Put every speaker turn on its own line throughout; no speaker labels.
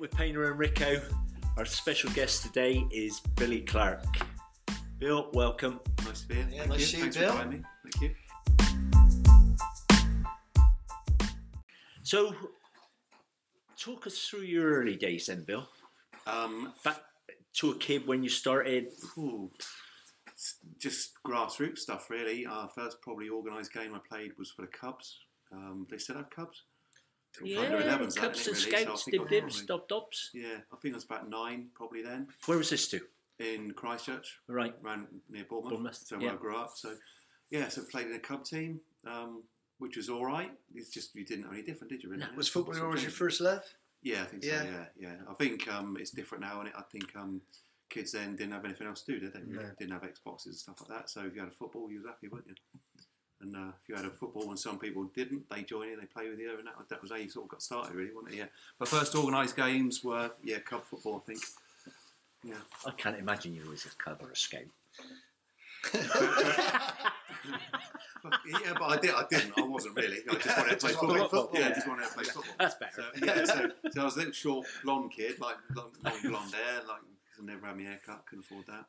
with Painter and Rico. Our special guest today is Billy Clark. Bill, welcome.
Nice to be here.
Yeah,
Thank
nice
you.
to see you,
Thanks
Bill.
for inviting me. Thank you.
So, talk us through your early days then, Bill.
Um,
Back to a kid when you started.
Ooh, s- just grassroots stuff, really. Our first probably organised game I played was for the Cubs. Um, they still have Cubs? Till under 11s,
Cubs
I think,
and
really, so I
Scouts,
think
Dib
I
Dibs,
probably-
Dob Dobs.
Yeah, I think I was about nine probably then
Where was this to?
in Christchurch,
Right.
around near Bournemouth,
Bournemouth,
so
yeah.
where I grew up. So, yeah, so played in a Cub team, um, which was all right. It's just you didn't know any different, did you? Really?
No.
Was football
Sort of
always
thing.
your first love?
Yeah, I think so.
Yeah.
Yeah, yeah. I think um, it's different now, and I think um, kids then didn't have anything else to do. Did they? They
No.
Didn't have Xboxes and stuff like that. So if you had a football, you was happy, weren't you? And uh, if you had a football, and some people didn't, they join in, they play with you, and that, that was how you sort of got started, really, wasn't it? Yeah. My first organised games were yeah, club football, I think. Yeah.
I can't imagine you was a Cub or a Scout.
Fuck, yeah, but I did. I didn't. I wasn't really. I just wanted to play
Just wanted to play
football.
football.
Yeah, just wanted to play football.
That's better.
So yeah, so, so I was a little short blonde kid, like long, long blonde hair, like 'cause I never had my hair cut, couldn't afford that.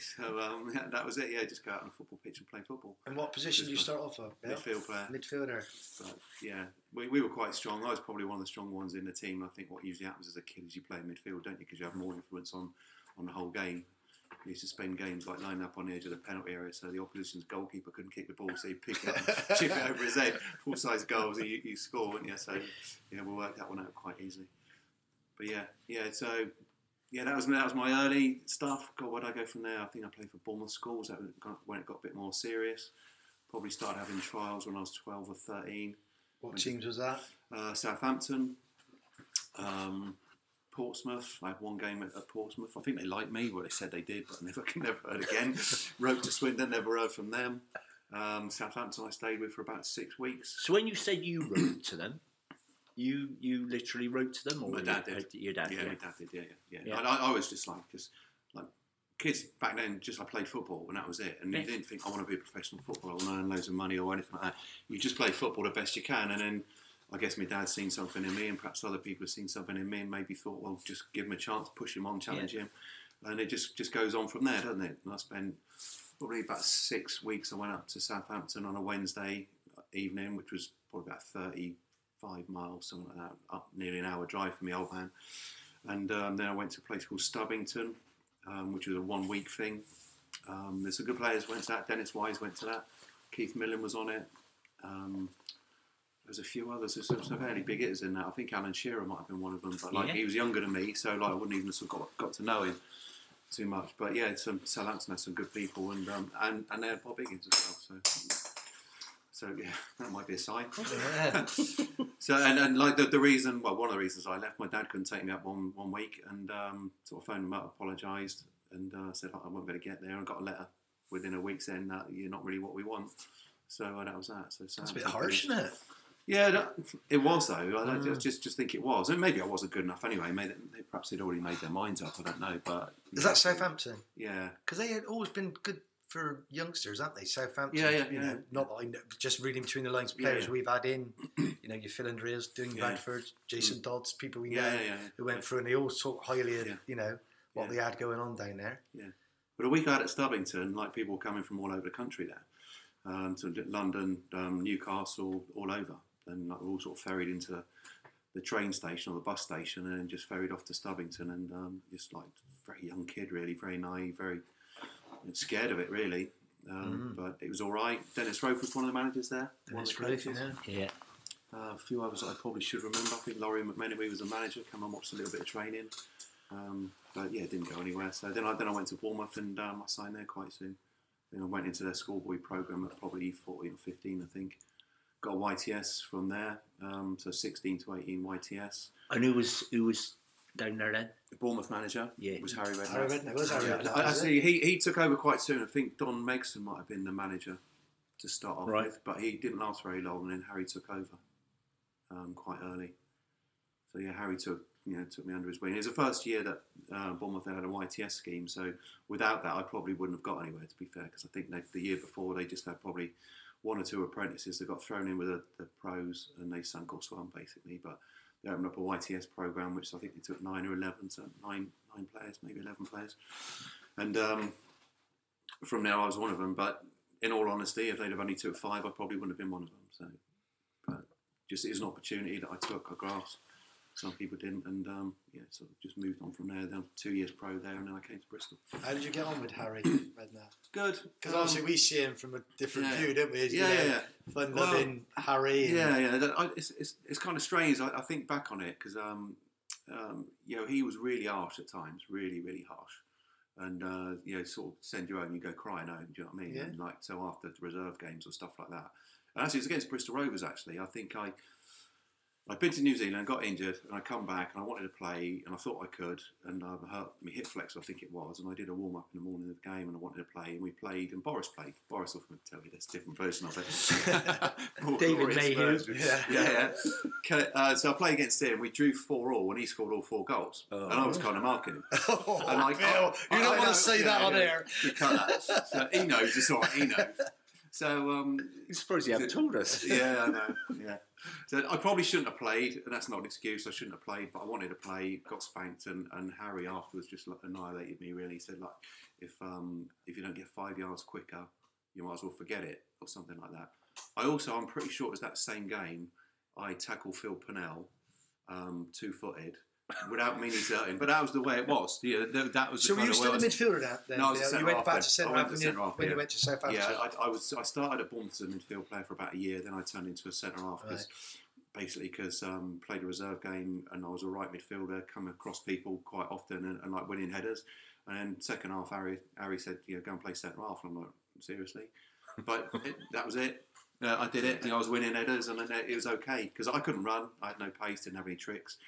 So um, yeah, that was it. Yeah, just go out on a football pitch and play football.
And what position do you start off at? Bill?
Midfield player.
Midfielder.
But yeah, we, we were quite strong. I was probably one of the strong ones in the team. I think what usually happens as a kid is you play midfield, don't you? Because you have more influence on on the whole game. We used to spend games like lining up on the edge of the penalty area, so the opposition's goalkeeper couldn't kick the ball, so he'd pick it up, and chip it over his head, full size goals, and you, you score, wouldn't you? So yeah, we worked that one out quite easily. But yeah, yeah. So yeah, that was that was my early stuff. God, where'd I go from there? I think I played for Bournemouth Schools. That was when it got a bit more serious. Probably started having trials when I was twelve or thirteen
What teams was that?
uh, Southampton, um, Portsmouth. I had one game at, at Portsmouth. I think they liked me. Well, they said they did, but I never, never heard again. Wrote to Swindon, never heard from them. Um, Southampton, I stayed with for about six weeks.
So when you said you wrote to them, you you literally wrote to them, or
My
you
dad did.
heard- Your dad,
yeah,
did.
my dad did. Yeah, yeah. yeah.
Yeah.
And I, I was just like, just like kids back then. Just I played football, and that was it. And
Yeah.
you didn't think I want to be a professional footballer and earn loads of money or anything like that. You just play football the best you can, and then. I guess my dad's seen something in me, and perhaps other people have seen something in me, and maybe thought, well, just give him a chance, push him on, challenge him, and it just just goes on from there, doesn't it? And I spent probably about six weeks. I went up to Southampton on a Wednesday evening, which was probably about thirty-five miles, something like that, up nearly an hour drive from the old man. And um, then I went to a place called Stubbington, um, which was a one-week thing. Um, there's some good players went to that. Dennis Wise went to that. Keith Millen was on it. Um, there's a few others. There's some some fairly big hitters in that. I think Alan Shearer might have been one of them, but like
Yeah.
he was younger than me, so like I wouldn't even have sort of got, got to know him too much. But yeah, some Southampton has some good people, and um, and and they had Bob Higgins as well. So, so yeah, that might be a sign.
Yeah.
So and, and like the, the reason, well, one of the reasons I left, my dad couldn't take me up one one week, and um, sort of phoned him up, apologised, and uh, said I won't be able to get there, and got a letter within a week saying that you're not really what we want. So uh, that was that. So
That's a bit harsh, isn't it? Mm.
Yeah, that, it was though. I, I just, just just think it was, and maybe I wasn't good enough anyway. Maybe they, perhaps they'd already made their minds up. I don't know, but
Is that Southampton?
Yeah,
Because they had always been good for youngsters, haven't they? Southampton.
Yeah, yeah,
you
yeah.
Know, not that I know, but just reading between the lines,
Yeah,
players
yeah.
we've had in, you know, your Phil Andreas, doing
Yeah. Mm.
Bradford, Jason Dodds, people we
yeah,
know
yeah, yeah.
who went through and they all talk highly of,
Yeah.
you know, what
Yeah.
they had going on down there.
But a week out at Stubbington, like people were coming from all over the country there, um, to London, um, Newcastle, all over, and like, we all sort of ferried into the train station or the bus station, and then just ferried off to Stubbington, and um, just like very young kid, really, very naive, very you know, scared of it, really. Um, But it was all right. Dennis Rowe was one of the managers there. one of the coaches.
yeah.
Uh, a few others that I probably should remember. I think Laurie McMenemy was the manager. Come and watched a little bit of training, um, but yeah, it didn't go anywhere. So then I then I went to Bournemouth and um, I signed there quite soon. Then I went into their schoolboy program at probably 14 or 15, I think. Got a YTS from there, um, so 16 to 18 YTS.
And who was who was down there then?
The Bournemouth manager
Yeah.
was Harry Redknapp.
Harry Redknapp, was Harry
Yeah,
Redknapp,
I- I
was it?
see he, he took over quite soon. I think Don Megson might have been the manager to start off
Right.
with, but he didn't last very long, and then Harry took over um, quite early. So yeah, Harry took you know took me under his wing. It was the first year that uh, Bournemouth had a YTS scheme, so without that, I probably wouldn't have got anywhere. To be fair, because I think they, the year before they just had probably one or two apprentices that got thrown in with the, the pros, and they sunk or swam basically. But They opened up a YTS program, which I think they took nine or eleven, so nine nine players, maybe eleven players. And um, from there, I was one of them. But in all honesty, if they'd have only took five, I probably wouldn't have been one of them. So, but just it was an opportunity that I took, I grasped. Some people didn't, and um, yeah, so just moved on from there. Then two years pro there, and then I came to Bristol.
How did you get on with Harry Redknapp?
Good,
Because obviously we see him from a different
Um, yeah.
view, don't we? As, you
yeah,
know,
yeah, yeah.
Fun
Well,
loving Harry. And,
Yeah, yeah. that- I, it's, it's, it's kind of strange. I, I think back on it because, um, um, you know, he was really harsh at times, really, really harsh. And, uh, you know, sort of send you out and you go crying home, do you know what I mean?
Yeah.
And like, so after the reserve games or stuff like that. And actually, it was against Bristol Rovers, actually. I think I. I'd been to New Zealand, got injured, and I come back and I wanted to play, and I thought I could, and I hurt my hip flexor, I think it was, and I did a warm up in the morning of the game, and I wanted to play, and we played, and Boris played. Boris often would tell you that's a different version of it.
David
Mayhew
Mayhew.
Yeah.
yeah, yeah. Ke- Uh, so I played against him. We drew four all, and he scored all four goals.
Oh.
And I was kind of marking him.
Oh,
And I-
Bill,
I-
you
I
don't want
know,
to say
yeah,
that on
yeah.
air.
We cut that. So he knows. It's all right. He knows. So um,
I'm surprised you haven't told us.
yeah, I know. Yeah. So I probably shouldn't have played, and that's not an excuse. I shouldn't have played, but I wanted to play. Got spanked, and, and Harry afterwards just like, annihilated me. Really, he said like, if um, if you don't get five yards quicker, you might as well forget it or something like that. I also, I'm pretty sure it was that same game. I tackled Phil Pennell, um, two footed, without meaning to hurt him. But that was the way it was. Yeah, that, that was. the
So were
kind
you
of way
still
I
a
was-
midfielder now? Then,
No, I was
Bill?
a Oh,
you
centre
went
half
back
then.
to
I
centre
went
half
to
when, you,
centre half,
when you
yeah.
went to Southampton.
Yeah, I, I was. I started at Bournemouth as a midfield player for about a year. Then I turned into a centre half because basically because um, played a reserve game and I was a right midfielder. Come across people quite often and, and like winning headers. And then second half, Harry Harry said, "You know, go and play centre half." And I'm like, "Seriously?" But it, that was it. Uh, I did it. You know, I was winning headers, and then it was okay because I couldn't run. I had no pace, didn't have any tricks.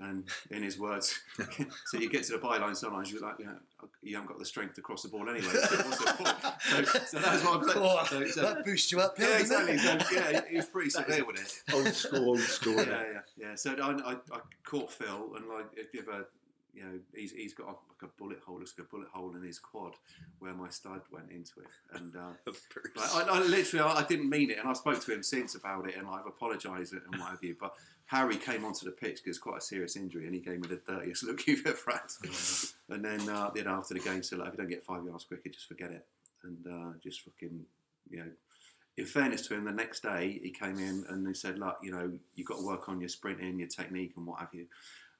And in his words, so you get to the byline sometimes, you're like, you, know, you haven't got the strength to cross the ball anyway. So, what's the point? so, so that's what I'm saying.
Oh,
So, so,
that boosts you up, Bill,
yeah,
doesn't it?
exactly. So, yeah, he was pretty severe with it.
Old school, old school.
Yeah, yeah, yeah. So I, I, I caught Phil, and like if you ever, you know, he's, he's got a, like a bullet hole, it's like a bullet hole in his quad where my stud went into it, and. Uh, like, I, I literally, I, I didn't mean it, and I spoke to him since about it, and I've apologised and what have you. But Harry came onto the pitch because quite a serious injury, and he gave me the dirtiest look you've ever had. and then, uh, you know, after the game, said, like, if you don't get five yards quicker, just forget it, and uh, just fucking, you know. In fairness to him, the next day he came in and he said, "Look, you know, you've got to work on your sprinting, your technique, and what have you.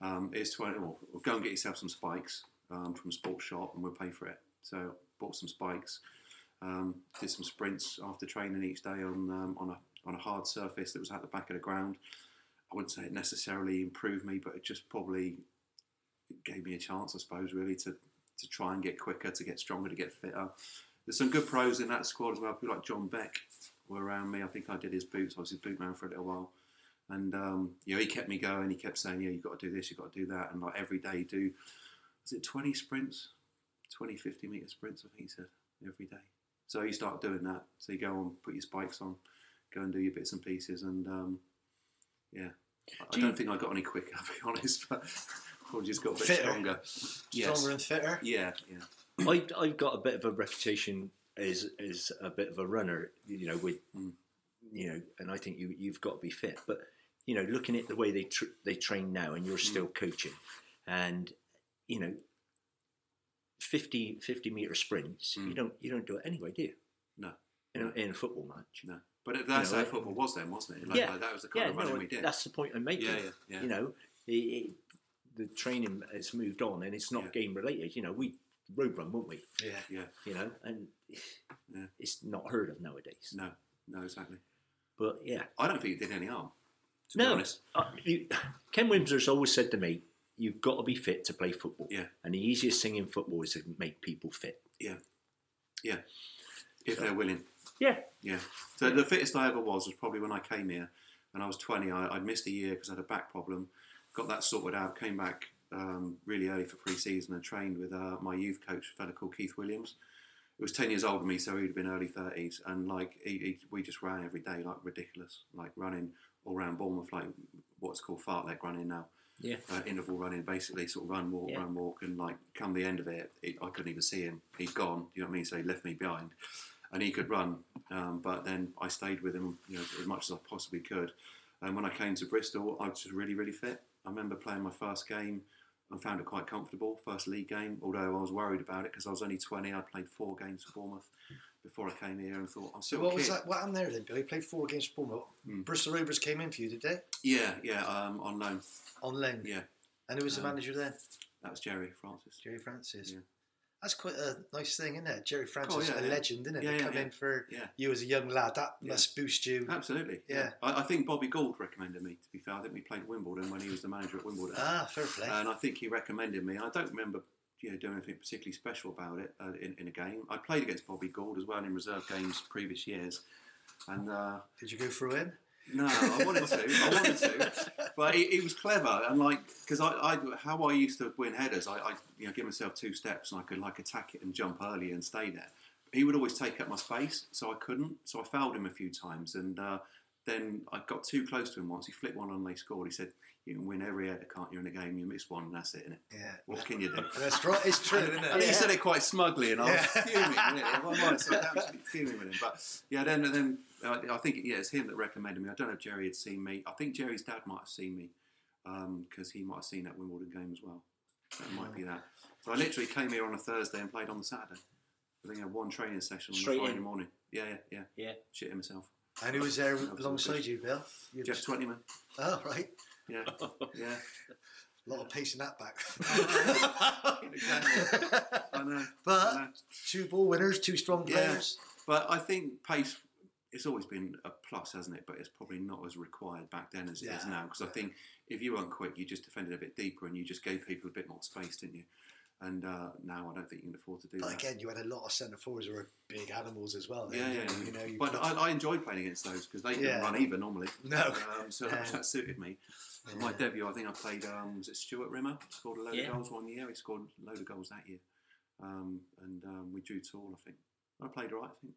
Um, it's twenty. Well, go and get yourself some spikes um, from a sports shop, and we'll pay for it." So bought some spikes um, did some sprints after training each day on um, on a on a hard surface that was at the back of the ground. I wouldn't say it necessarily improved me, but it just probably gave me a chance, I suppose, really to to try and get quicker, to get stronger, to get fitter. There's some good pros in that squad as well. People like John Beck were around me. I think I did his boots. I was his boot man for a little while. And um, you know, he kept me going. He kept saying, "Yeah, you've got to do this. You've got to do that." And like every day, do was it 20 sprints, 20 50 meter sprints? I think he said every day. So you start doing that. So you go on, put your spikes on, go and do your bits and pieces, and um, yeah. I- I
Do you-
don't think I got any quicker, I'll be honest, but probably just got a bit
Fitter.
stronger.
Stronger and fitter.
Yeah, yeah.
I, I've got a bit of a reputation as as a bit of a runner, you know. With
Mm.
you know, and I think you you've got to be fit. But you know, looking at the way they tr- they train now,
Mm.
and you're still coaching, and you know, 50, 50 meter sprints, you
Mm.
don't you don't do it anyway, do you?
No.
In a, in a football match.
No. But that's
You know,
how football was then, wasn't it? Like,
Yeah.
like, that was the kind
Yeah,
of running
no,
we did.
that's the point I'm making.
yeah, yeah, yeah.
You know, it, it, the training has moved on, and it's not
Yeah.
game related. You know, we road run, won't we?
Yeah.
you know, and
Yeah.
it's not heard of nowadays.
No, no, exactly.
But yeah,
I don't think it did any harm, to be
No.
honest.
uh, you, Ken Wimser's always said to me, "You've got to be fit to play football."
Yeah.
and the easiest thing in football is to make people fit.
If
So-
they're willing.
Yeah,
Yeah. So the fittest I ever was was probably when I came here, and I was 20. I, I'd missed a year because I had a back problem. Got that sorted out. Came back um, really early for pre-season and trained with uh, my youth coach, a fella called Keith Williams. It was 10 years older than me, so he'd have been early 30s, and like he, he, we just ran every day, like ridiculous, like running all around Bournemouth, like what's called fartlek running now
yeah,
uh, interval running, basically sort of run, walk,
Yeah.
run, walk, and like come the end of it, it, I couldn't even see him. He'd gone. You know what I mean? So he left me behind, and he could run, um, but then I stayed with him, you know, as much as I possibly could. And when I came to Bristol, I was really, really fit. I remember playing my first game and found it quite comfortable, first league game, although I was worried about it because I was only 20. I'd played four games for Bournemouth before I came here and thought, I'm
So
still
what
a
was
kid.
that? What happened there then, Bill? You played four against Bournemouth.
Mm.
Bristol Rovers came in for you, did they?
Yeah, yeah, um, on loan.
On loan.
Yeah,
And who was the
Um,
manager then?
that was Jerry Francis.
Jerry Francis.
Yeah. Oh,
That's quite a nice thing, isn't it? Jerry Francis,
yeah,
a
yeah.
legend, isn't it?
Yeah,
to
yeah,
come
yeah.
in for
Yeah.
you as a young lad, that
Yeah.
must boost you.
Absolutely.
Yeah.
I, I think Bobby Gould recommended me, to be fair. I think we played Wimbledon when he was the manager at Wimbledon.
Ah, fair play.
and I think he recommended me. I don't remember you know, doing anything particularly special about it uh, in, in a game. I played against Bobby Gould as well in reserve games previous years. And uh,
Did you go through him?
no, I wanted to. I wanted to. But he, he was clever. And like, because I, I, how I used to win headers, I, I you know, give myself two steps and I could like attack it and jump early and stay there. He would always take up my space, so I couldn't. So I fouled him a few times. And uh, then I got too close to him once. He flicked one on and they scored. He said, You can win every header, can't you, in a game? You miss one and that's it, innit?
Yeah.
What can you do?
That's right. It's true, isn't
And
it?
he said it quite smugly, and I was
Yeah.
fuming. Really. I was absolutely fuming with him. But yeah, then then uh, I think yeah, it's him that recommended me. I don't know if Jerry had seen me. I think Jerry's dad might have seen me because he might have seen that Wimbledon game as well. That might be that. So I literally came here on a Thursday and played on the Saturday. I think I had one training session on
Straight
the Friday
in.
morning. Yeah, yeah, yeah.
Yeah.
Shitting myself.
And who was there
Absolutely.
alongside you, Bill? You
Jeff Twentyman.
Oh, right.
Yeah, yeah.
A lot of pace in that back.
Exactly. I know. I know.
but two ball winners, two strong
Yeah.
players.
But I think pace, it's always been a plus, hasn't it? But it's probably not as required back then as it is
Yeah.
now. Because I think if you weren't quick, you just defended a bit deeper and you just gave people a bit more space, didn't you? And uh, now I don't think you can afford to do
But
that.
again, you had a lot of centre forwards who were big animals as well.
yeah,
Then.
yeah.
You know, you
but
could-
I, I enjoyed playing against those because they didn't
Yeah.
run either normally.
no.
Um, so that,
Yeah.
that suited me. And My
Yeah.
debut, I think I played, um, was it Stuart Rimmer? Scored a load
Yeah.
of goals one year. He scored a load of goals that year. Um, and um, we drew tall, I think. I played all right, I think.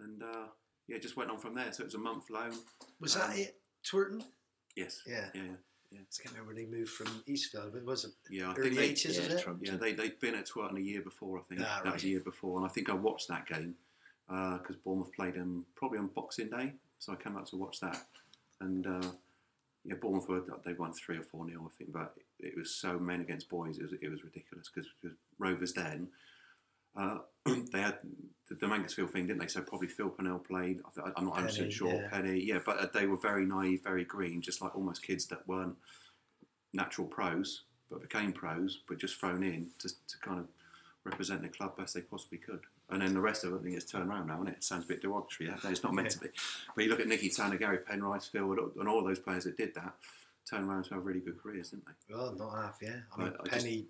And uh, yeah, just went on from there. So it was a month loan.
Was that
Um,
it? Twerton?
Yes.
Yeah.
Yeah.
I can't remember when they moved from Eastfield, but it was a
Yeah. I think
early
they,
80s,
yeah,
was it?
Trumpton.
yeah, they, they'd been at Twerton a year before, I think.
Ah,
that was a
right.
year before. And I think I watched that game because Bournemouth played them probably on Boxing Day. So I came out to watch that. And uh, yeah, Bournemouth were, they won three or four nil, I think. But it was so men against boys, it was, it was ridiculous because Rovers then. Uh, they had the, the Mankesfield thing, didn't they? So probably Phil Pennell played. I th- I'm not 100
Penny,
percent sure.
yeah.
Penny, yeah, but uh, they were very naive, very green, just like almost kids that weren't natural pros, but became pros, but just thrown in to, to kind of represent the club best they possibly could. And then the rest of it, I think it's turned around now, isn't it? It sounds a bit derogatory. Yeah? It's not meant to be. But you look at Nicky Tanner, Gary Penrice, Phil, and all- and all those players that did that turned around to have really good careers, didn't they?
Well, not half, yeah. I mean,
But I just-
Penny,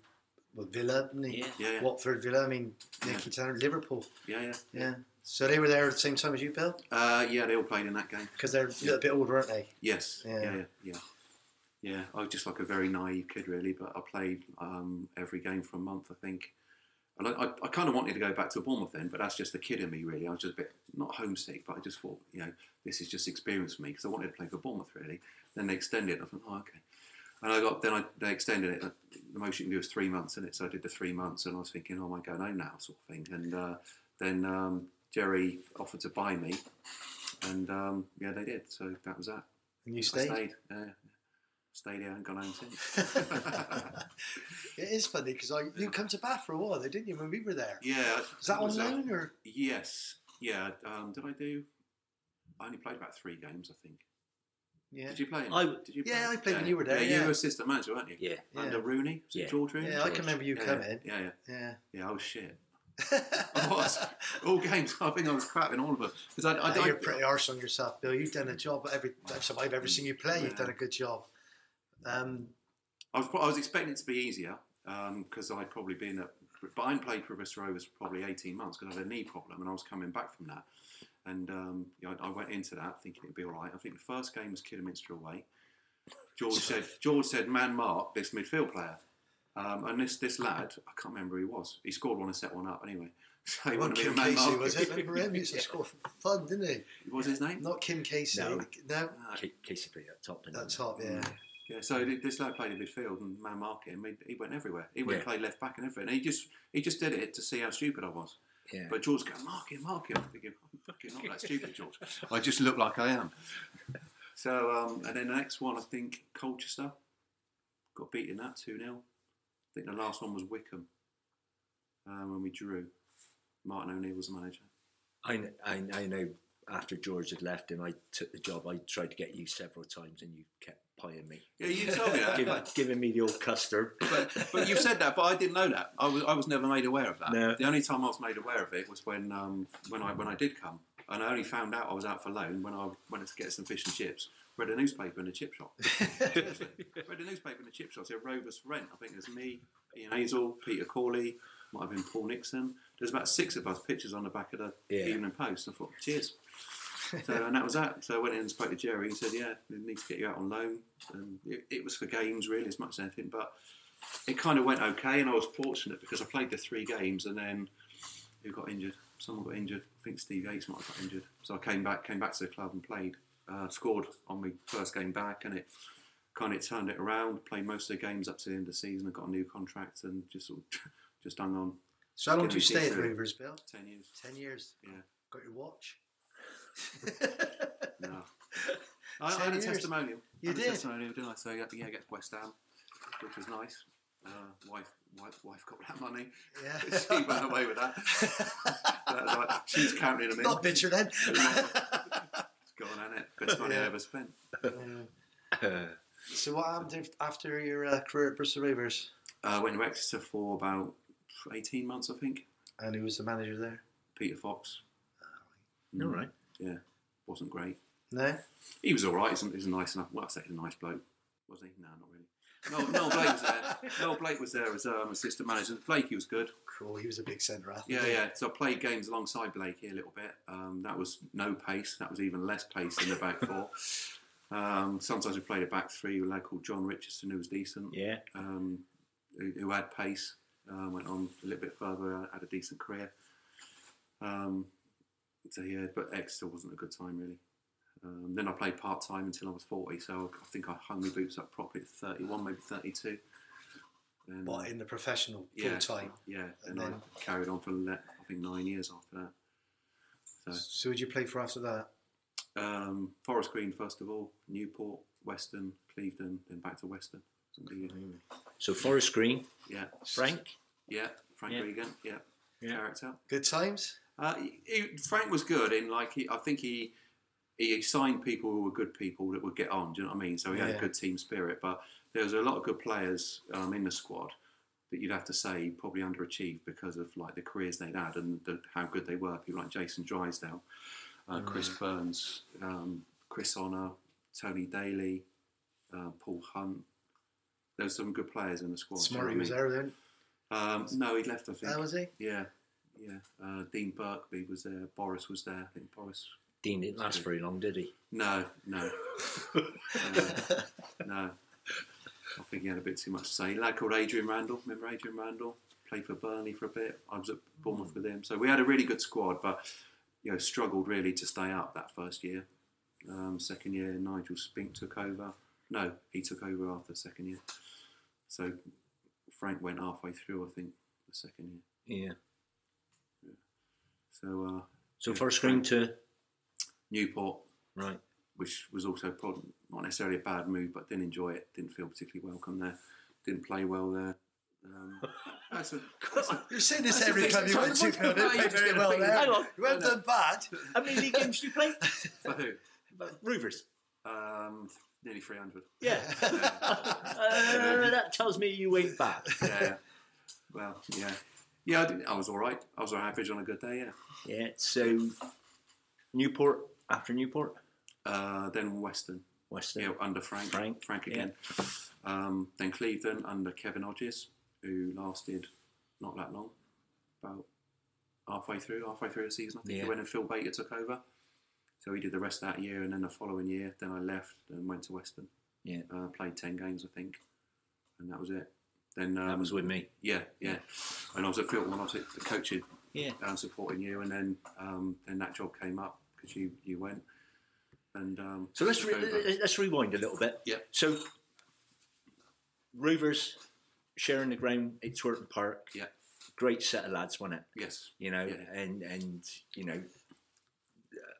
well, Villa, didn't he?
Yeah.
Yeah, yeah,
Watford, Villa, I mean,
Yeah.
Nicky Tanner, Liverpool.
yeah, yeah.
Yeah. So they were there at the same time as you, Bill?
Uh, yeah, they all played in that game.
Because they're a little bit older, aren't they?
Yes.
Yeah.
Yeah. Yeah. Yeah. Yeah, I was just like a very naive kid, really, but I played um, every game for a month, I think. And I, I, I kind of wanted to go back to Bournemouth then, but that's just the kid in me, really. I was just a bit, not homesick, but I just thought, you know, this is just experience for me because I wanted to play for Bournemouth, really. Then they extended it. I thought, oh, okay. And I got, then I, they extended it. The most you can do is three months, in it? So I did the three months and I was thinking, oh, am I going home now, sort of thing. And uh, then um, Jerry offered to buy me. And um, yeah, they did. So that was that.
And you
I
stayed.
stayed. Yeah. Stayed here and gone home since.
It is funny because you come to Bath for a while, though, didn't you, when we were there?
yeah.
Is that on
was, uh,
loan or?
Yes. Yeah. Um, did I do? I only played about three games, I think.
Yeah.
Did you play?
I-
did you
yeah, I played when you were there,
Yeah, you
yeah.
were assistant manager, weren't you?
yeah.
Under
Yeah.
Rooney, was
Yeah.
it George Rooney?
yeah, I can remember you
yeah,
coming.
Yeah, yeah,
Yeah.
yeah. I was shit. I was all games. I think I was crap in all of them because I, I,
I know
I,
you're pretty arse on yourself, Bill. You've done a job. Every time I've ever seen you play, you've
Yeah.
done a good job. Um,
I was, I was expecting it to be easier because I'd probably been at, but I played for Bristol Rovers for probably 18 months because I had a knee problem and I was coming back from that. And um, you know, I, I went into that thinking it'd be all right. I think the first game was Kidderminster away. George said, George said, man mark this midfield player. Um, and this, this lad, I can't remember who he was. He scored one and set one up anyway. So he
well,
wouldn't have
Kim
been a man
Casey
mark.
was it? Remember him? He used to score for fun, didn't he?
What was his name?
Not Kim Casey.
No.
no?
Uh,
Ca- Casey played up top. didn't
At
he?
top, yeah.
Yeah, so th- this lad played in midfield and man marking. him. He, he went everywhere. He went
Yeah.
and played left back and everything. he just he just did it to see how stupid I was.
Yeah.
But George going, mark him, mark him. I'm thinking, I'm fucking not that stupid, George. I just look like I am. So, um, and then the next one, I think Colchester got beaten that 2 0. I think the last one was Wickham uh, when we drew. Martin O'Neill was the manager.
I, kn- I, kn- I know after George had left and I took the job, I tried to get you several times and you kept pieing me,
Yeah, you told me
giving,
that.
giving me the old custard.
but, but you said that, but I didn't know that. I was, I was never made aware of that.
No.
The only time I was made aware of it was when um, when I when I did come, and I only found out I was out for loan when I went to get some fish and chips. Read a newspaper in a chip shop. Seriously. Read a newspaper in a chip shop. It said Robus Rent. I think there's me, Ian Hazel, Peter Corley, might have been Paul Nixon. There's about six of us pictures on the back of the
Yeah.
Evening Post. I thought, cheers. So and that was that. So I went in and spoke to Jerry. He said, "Yeah, we need to get you out on loan." And it, it was for games, really, as much as anything. But it kind of went okay, and I was fortunate because I played the three games, and then who got injured? Someone got injured. I think Steve Yates might have got injured. So I came back, came back to the club and played. Uh, scored on my first game back, and it kind of turned it around. Played most of the games up to the end of the season. I got a new contract and just sort of just hung on
So how long
Give
do
me
you stay at
detail.
Rovers, Bill?
ten years.
Ten years.
Yeah.
Got your watch.
No. I, I had a
Ten years.
testimonial.
You
I had a
did?
testimonial, didn't I? So yeah, yeah, I get West Ham, which was nice. Uh, wife, wife, wife got that money. she ran
Yeah.
away with that. that was like, she's counting them in.
Not bitter then.
It's gone, hasn't it? Best money I
Yeah.
ever spent.
Yeah.
Uh,
so what happened if- after your uh, career at Bristol Rovers?
Uh, went to Exeter for about 18 months, I think.
And who was the manager there? Uh,
Peter Fox.
all right.
Wasn't great.
No.
He was all right. He's, a- he's a nice enough. Well, I say he's a nice bloke. Was he? No, not really. No, Noel Blake was there. Noel Blake was there as um, assistant manager. Blake, he was good.
Cool. He was a big centre half.
Yeah, yeah. So I played games alongside Blakey a little bit. Um, that was no pace. That was even less pace than the back four. Um, sometimes we played a back three with a lad called John Richardson, who was decent,
Yeah.
um, who, who had pace, uh, went on a little bit further, uh, had a decent career. Um, so, yeah, but Exeter wasn't a good time, really. Um, then I played part time until I was 40, so I think I hung my boots up properly at 31, maybe 32. And,
What in the professional
Yeah.
full time?
yeah,
And
and, I
then-
carried on for le- I think nine years after that. So
So who'd you play for after that?
um, Forest Green first of all, Newport, Western, Clevedon, then back to Western.
So Forest Green,
Yeah,
Frank.
yeah, Frank
Yeah.
Regan, yeah,
Yeah.
character.
Good times.
Uh, he- he- Frank was good in like he, I think he he signed people who were good people that would get on. Do you know what I mean? So he had a
Yeah.
good team spirit, but there was a lot of good players um, in the squad that you'd have to say probably underachieved because of like the careers they'd had and the, how good they were. People like Jason Drysdale, uh,
Mm.
Chris Burns, um, Chris Honor, Tony Daly, uh, Paul Hunt. There was some good players in the squad. do you know
Smarty
what
was
I mean?
there then.
Um, no, he left. I think.
That was he.
Yeah, yeah. Uh, Dean Berkeley was there. Boris was there. I think Boris.
Dean didn't last very long, did he?
No, no, Uh, no. I think he had a bit too much to say. A lad called Adrian Randall. Remember Adrian Randall? Played for Burnley for a bit. I was at Bournemouth with him, so we had a really good squad, but you know struggled really to stay up that first year. Um, second year, Nigel Spink took over. No, he took over after the second year. So Frank went halfway through, I think, the second year.
Yeah.
So uh,
So
Yeah,
Forest Green
Frank.
to
Newport,
right.
which was also probably not necessarily a bad move, but didn't enjoy it. Didn't feel particularly welcome there. Didn't play well there. Um, that's a, that's a-
You're saying this
That's
every
the
time
thing,
you went to
sometimes
play,
the
didn't play
players
very
get
well
things-
there.
Hang on.
You haven't done bad.
How many league games did you play?
for who?
Rovers.
Um, nearly 300.
Yeah. Uh, that tells me you ain't back.
Yeah. well, yeah. Yeah, I, didn't, I was all right. I was on average on a good day, yeah.
Yeah. So Newport after Newport,
Uh, then Western,
Western.
yeah, under Frank.
Frank,
again. Um, then Clevedon under Kevin Hodges, who lasted not that long, about halfway through, halfway through the season. I think
Yeah.
he went and Phil Baker took over. So he did the rest of that year, and then the following year, then I left and went to Western.
Yeah.
uh, played ten games, I think, and that was it. Then um,
That was with me.
yeah, yeah. And I was at Filton when I was at the coaching,
Yeah.
um, supporting you, and then um, then that job came up because you you went. And um,
So let's
took over.
re- uh, let's rewind a little bit.
Yeah.
So Rovers sharing the ground at Twerton Park.
Yeah.
Great set of lads, wasn't it?
yes,
You know,
Yeah.
and and you know,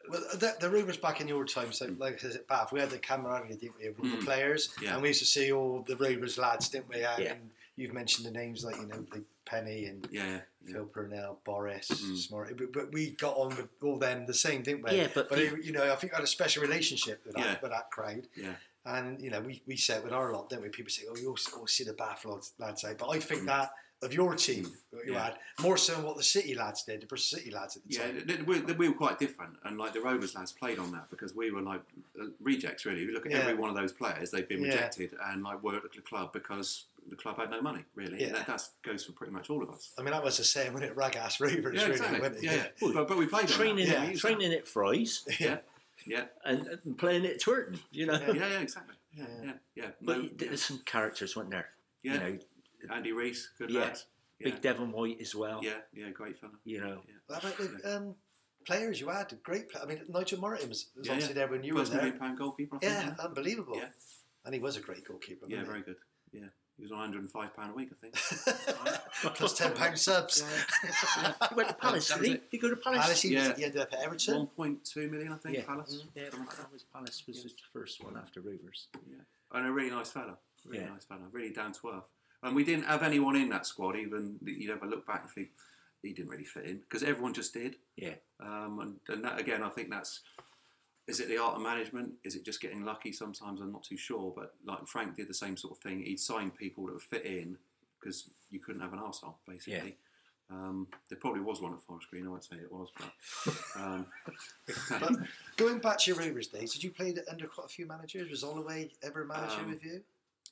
Well, the, the rumours back in your time, so like I said at Bath, we had the camaraderie, didn't we, with
Mm.
the players,
Yeah.
and we used to see all the rumours lads, didn't we? And
Hmm. Yeah.
you've mentioned the names like you know the Penny and
Yeah, yeah, yeah.
Phil Purnell, Boris,
Mm.
Smart, but, but we got on with all them the same, didn't we?
Yeah, but
but
the-
you know, I think I had a special relationship with that,
Yeah.
with that crowd.
Yeah.
and you know, we we say it with our lot, don't we? People say, "Oh, you all, all see the Bath lads, lads out," but I think that of your team, what you
Mm. Yeah.
had more so than what the City lads did, the Bristol City lads at the
Yeah,
time.
th- th- we, th- we were quite different, and like the Rovers lads played on that because we were like uh, rejects. Really, you look at
Yeah.
every one of those players; they've been
Yeah.
rejected and like worked at the club because the club had no money. Really,
Yeah.
that that's, goes for pretty much all of us.
I mean, that was the same, wasn't it? Rag-ass Rovers,
Yeah,
really,
exactly.
wasn't it?
Yeah, yeah. But, but we played on that.
Training,
Yeah.
at, training at Fry's
Yeah, yeah,
and, and playing at Twerton, you know.
yeah, yeah, exactly. Yeah,
Yeah.
yeah, yeah.
But
No,
y- there's some characters, weren't there?
yeah.
You know,
Andy Reese, good
Yeah.
lad. Yeah.
Big Devon White as well.
Yeah, yeah, great fella.
You know,
How about the um, players you had? Great players. I mean, Nigel Martin was, was
Yeah,
obviously there when you
First
were there.
million pound goalkeeper. I think,
Yeah,
wasn't
unbelievable.
Yeah.
And he was a great goalkeeper.
he? yeah,
wasn't
very good. Yeah, he was on 105 pound a week, I think.
he? Plus ten pound subs.
he went to Palace,
That
didn't
was
he?
it.
He go to Palace.
Alice, he, was-
Yeah.
he ended up at Everton.
1.2 million, I think,
Yeah. Mm.
Palace.
Yeah,
Something like that.
that was Palace was
Yeah.
the first one after Rovers.
and a really nice fella, really
Yeah.
nice fella, really down to earth. And we didn't have anyone in that squad, even that you'd ever look back and think he didn't really fit in because everyone just did.
Yeah.
Um, and, and that again, I think that's is it the art of management? Is it just getting lucky? Sometimes I'm not too sure. But like Frank did the same sort of thing. He'd sign people that would fit in because you couldn't have an arsehole, basically. Um, there probably was one at Forest Green. I won't say it was, but um,
But going back to your Rovers days, did you play under quite a few managers? Was Holloway ever a manager
Um,
with you?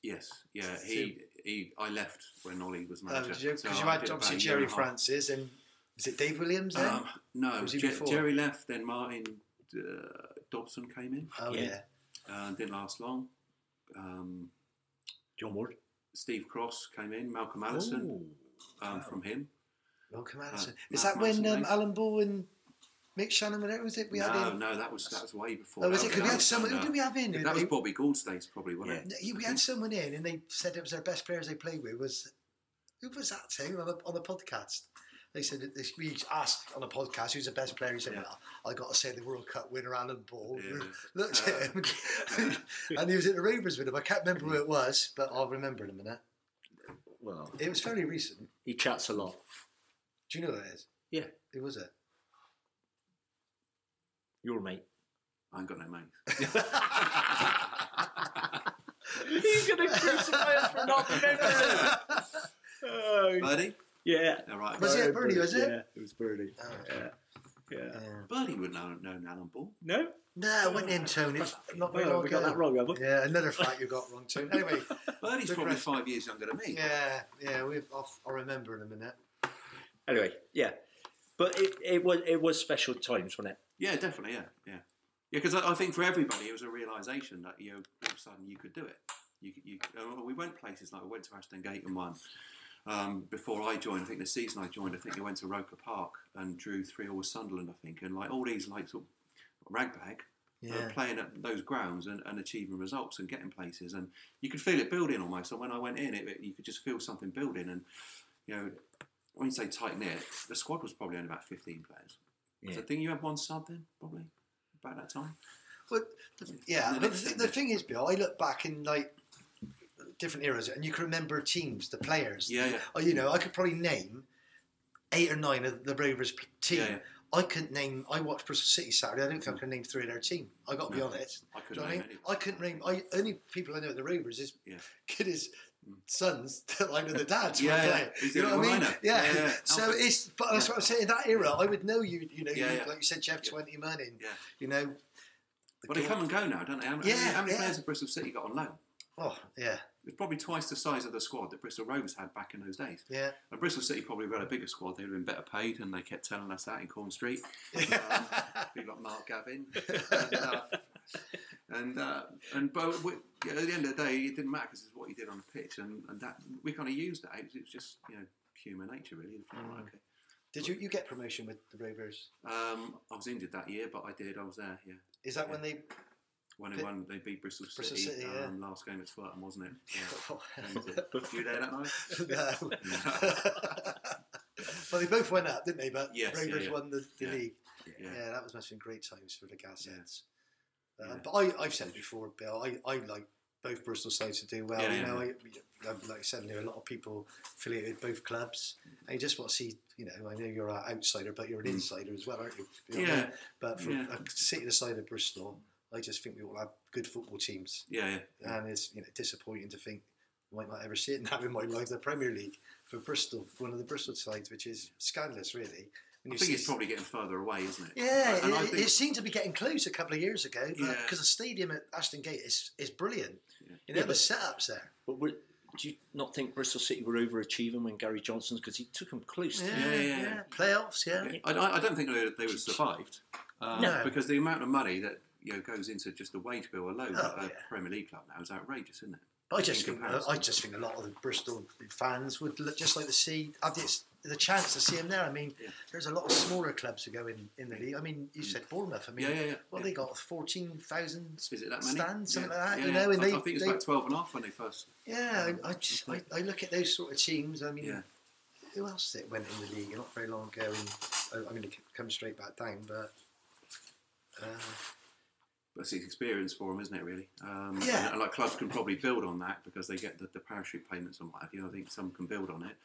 Yes, yeah. He, he I left when Ollie was
Because
manager.
Oh, you,
so
Uh, 'cause you
I
had
did
obviously
about a year and
Jerry
a half.
Francis and is it Dave Williams then?
Um, no,
Was he
Je-
before?
Jerry left. Then Martin uh, Dobson came in.
oh
yeah.
yeah.
Uh, didn't last long. Um,
John Ward.
Steve Cross came in. Malcolm Allison
Oh.
um, from him.
Malcolm Anderson.
Uh,
Is
Ma-
that when
Madison
um,
Mason.
Alan Ball and Mick Shannon were there? Was it we
no,
had in?
no, that was that was way before.
Oh, was
that.
it? Because we had
was-
someone. Who
no.
did we have in?
That was
We-
Bobby Goldstays, probably, wasn't
Yeah.
it?
Yeah, we had someone in, and they said it was their best players they played with. Was who was that team on the, on the podcast? They said that this, we asked on a podcast who's the best player. He said,
Yeah.
well, I got to say the World Cup winner Alan Ball.
Yeah.
Looked at
Uh.
him, and he was at the Ravens with him. I can't remember who it was, but I'll remember in a minute.
Well,
It was fairly recent.
he chats a lot.
Do you know who it is?
Yeah.
Who was it?
Your mate.
I ain't got no mates.
He's going to crucify us for not remembering. Oh,
Birdie?
yeah.
All right.
Was
Birdie.
it Birdie, was it?
Yeah, it was Birdie.
Oh,
Yeah. Yeah.
yeah.
Birdie would know known Alan Ball.
No?
No, it wasn't him, Tony. Not very
Well,
long
we got
ago.
that wrong, have we?
Yeah, another fact you got wrong, Tony. Anyway,
Birdie's
Look
probably
around.
five years younger than me.
yeah, yeah, we've, I'll, I'll remember in a minute.
Anyway, yeah. But it, it was it was special times, wasn't it?
Yeah, definitely. Yeah, yeah, yeah. Because I, I think for everybody, it was a realization that you know, all of a sudden you could do it. You, you, uh, we went places like we went to Ashton Gate and won. Um, before I joined, I think the season I joined, I think they went to Roker Park and drew three all with Sunderland. I think and like all these like sort of ragbag
Yeah.
uh, playing at those grounds and, and achieving results and getting places. And you could feel it building almost. And when I went in, it, it- you could just feel something building. And you know, when you say tight knit, the squad was probably only about fifteen players. So I
Yeah.
think you had one sub then, probably about that time.
But the, yeah,
And
but
then
the,
it's
th- the
ended.
thing is, Bill, I look back in like different eras, and you can remember teams, the players.
Yeah, yeah,
Oh, you know, I could probably name eight or nine of the Rovers p- team.
yeah. yeah.
I couldn't name. I watched Bristol City Saturday. I don't think I could name three of their team. I got to be
No.
honest.
I
Do you
couldn't
know what I
name
mean?
any.
I couldn't name. I only people I know at the Rovers is
Yeah.
kid is
Mm.
sons that I know the dads.
Yeah,
when I
yeah.
play.
He's
You
the
know
only
what I
one
mean?
I know.
Yeah.
Yeah, yeah.
So
Alfred.
it's but that's
Yeah.
what I'm saying. In that era, I would know you. You know,
Yeah,
you,
yeah.
like you said, Jeff
Yeah.
Twenty Manning.
Yeah.
You know. the
But they
goal-
come and go now, don't they? How many,
Yeah,
how many
yeah.
players have Bristol City got on loan?
Oh yeah,
It's probably twice the size of the squad that Bristol Rovers had back in those days.
yeah.
And Bristol City probably had a bigger squad. They'd have been better paid, and they kept telling us that in Corn Street. People like Mark Gavin. and, uh, and, uh, and but we, yeah, at the end of the day, it didn't matter because it's what you did on the pitch, and, and that we kind of used that. It was, it was just you know human nature, really. It was like,
Mm.
okay.
Did you you get promotion with the Rovers?
Um, I was injured that year, but I did. I was there. Yeah.
Is that when they?
When they
Bit-
won, they beat Bristol City,
Bristol City, yeah.
um, last game at Spartan, wasn't it? Oh, Yeah.
But-
you there that night?
no. well, they both went up, didn't they? But
Yes, yeah,
Rovers
yeah.
won the, the
Yeah.
league.
Yeah.
Yeah, that was must have been great times for the Gazettes. Uh,
Yeah.
But I, I've said it before, Bill. I, I like both Bristol sides to do well.
Yeah,
you
yeah,
know, I, I- like I said, there are a lot of people affiliated with both clubs. I just want to see. You know, I know you're an outsider, but you're an
Mm.
insider as well, aren't you? You know what I
Yeah,
mean? But from
yeah.
a city the side of Bristol, I just think we all have good football teams,
yeah, yeah.
and it's you know disappointing to think I might not ever see it now in my life. The Premier League for Bristol, one of the Bristol sides, which is scandalous, really. When
I
you
think
see-
it's probably getting further away, isn't it?
yeah,
and I
it,
think-
it seemed to be getting close a couple of years ago because
Yeah.
the stadium at Ashton Gate is, is brilliant.
Yeah.
You know,
Yeah,
the
but-
setups there.
But were, do you not think Bristol City were overachieving when Gary Johnson's because he took them close? to
Yeah, yeah, yeah.
Playoffs, yeah.
I, I I don't think they, would- they would have survived um,
No.
because the amount of money that you know goes into just the wage bill alone
Oh,
at a
yeah.
Premier League club now is outrageous, isn't it?
But I just
In
think
comparison.
I just think a lot of the Bristol fans would look, just like to see have this, the chance to see him there. I mean,
Yeah.
there's a lot of smaller clubs who go in, in the league. I mean, you said Bournemouth. I mean,
yeah, yeah, yeah.
well,
yeah.
they got fourteen thousand.
Is it that many?
stands, something
yeah.
like that,
yeah,
you
yeah.
know, and
I,
they-
I think it's
they-
about twelve and a half when they first.
Yeah, I, I just I, I look at those sort of teams. I mean,
Yeah.
who else that went in the league not very long ago? And I, I'm going to come straight back down, but uh,
But it's experience for them, isn't it? Really. Um,
Yeah.
And, and like clubs can probably build on that because they get the, the parachute payments and what have you. I think some can build on it.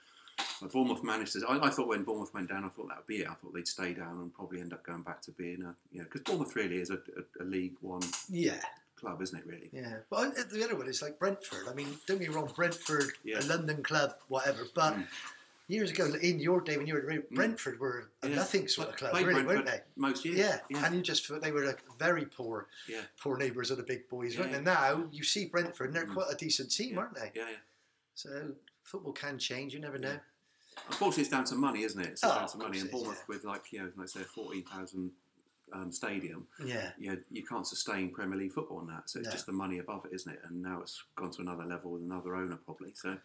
But Bournemouth managed to. I, I thought when Bournemouth went down, I thought that would be it. I thought they'd stay down and probably end up going back to being a you know because Bournemouth really is a, a, a League One
yeah,
club, isn't it? Really.
yeah. Well, I- the other one is like Brentford. I mean, don't get me wrong, Brentford,
Yeah.
a London club, whatever. But
Mm.
years ago, in your day when you were at Re- Brentford, were a
Yeah.
nothing sort of
But
club,
played
really, weren't
Brentford
they?
Most years.
Yeah.
Yeah.
and you just thought they were a very poor,
Yeah.
poor neighbours of the big boys, weren't
Yeah.
they? Now you see Brentford, and they're
Mm.
quite a decent team, aren't they?
yeah, yeah.
So football can change. You never know.
Yeah. Unfortunately, it's down to money, isn't it? It's
Oh,
down
of
to money.
course
And
it is,
Bournemouth,
yeah.
with like you know, like say a fourteen thousand um, stadium,
Yeah.
you know, you can't sustain Premier League football on that. So it's
No.
just the money above it, isn't it? And now it's gone to another level with another owner, probably. So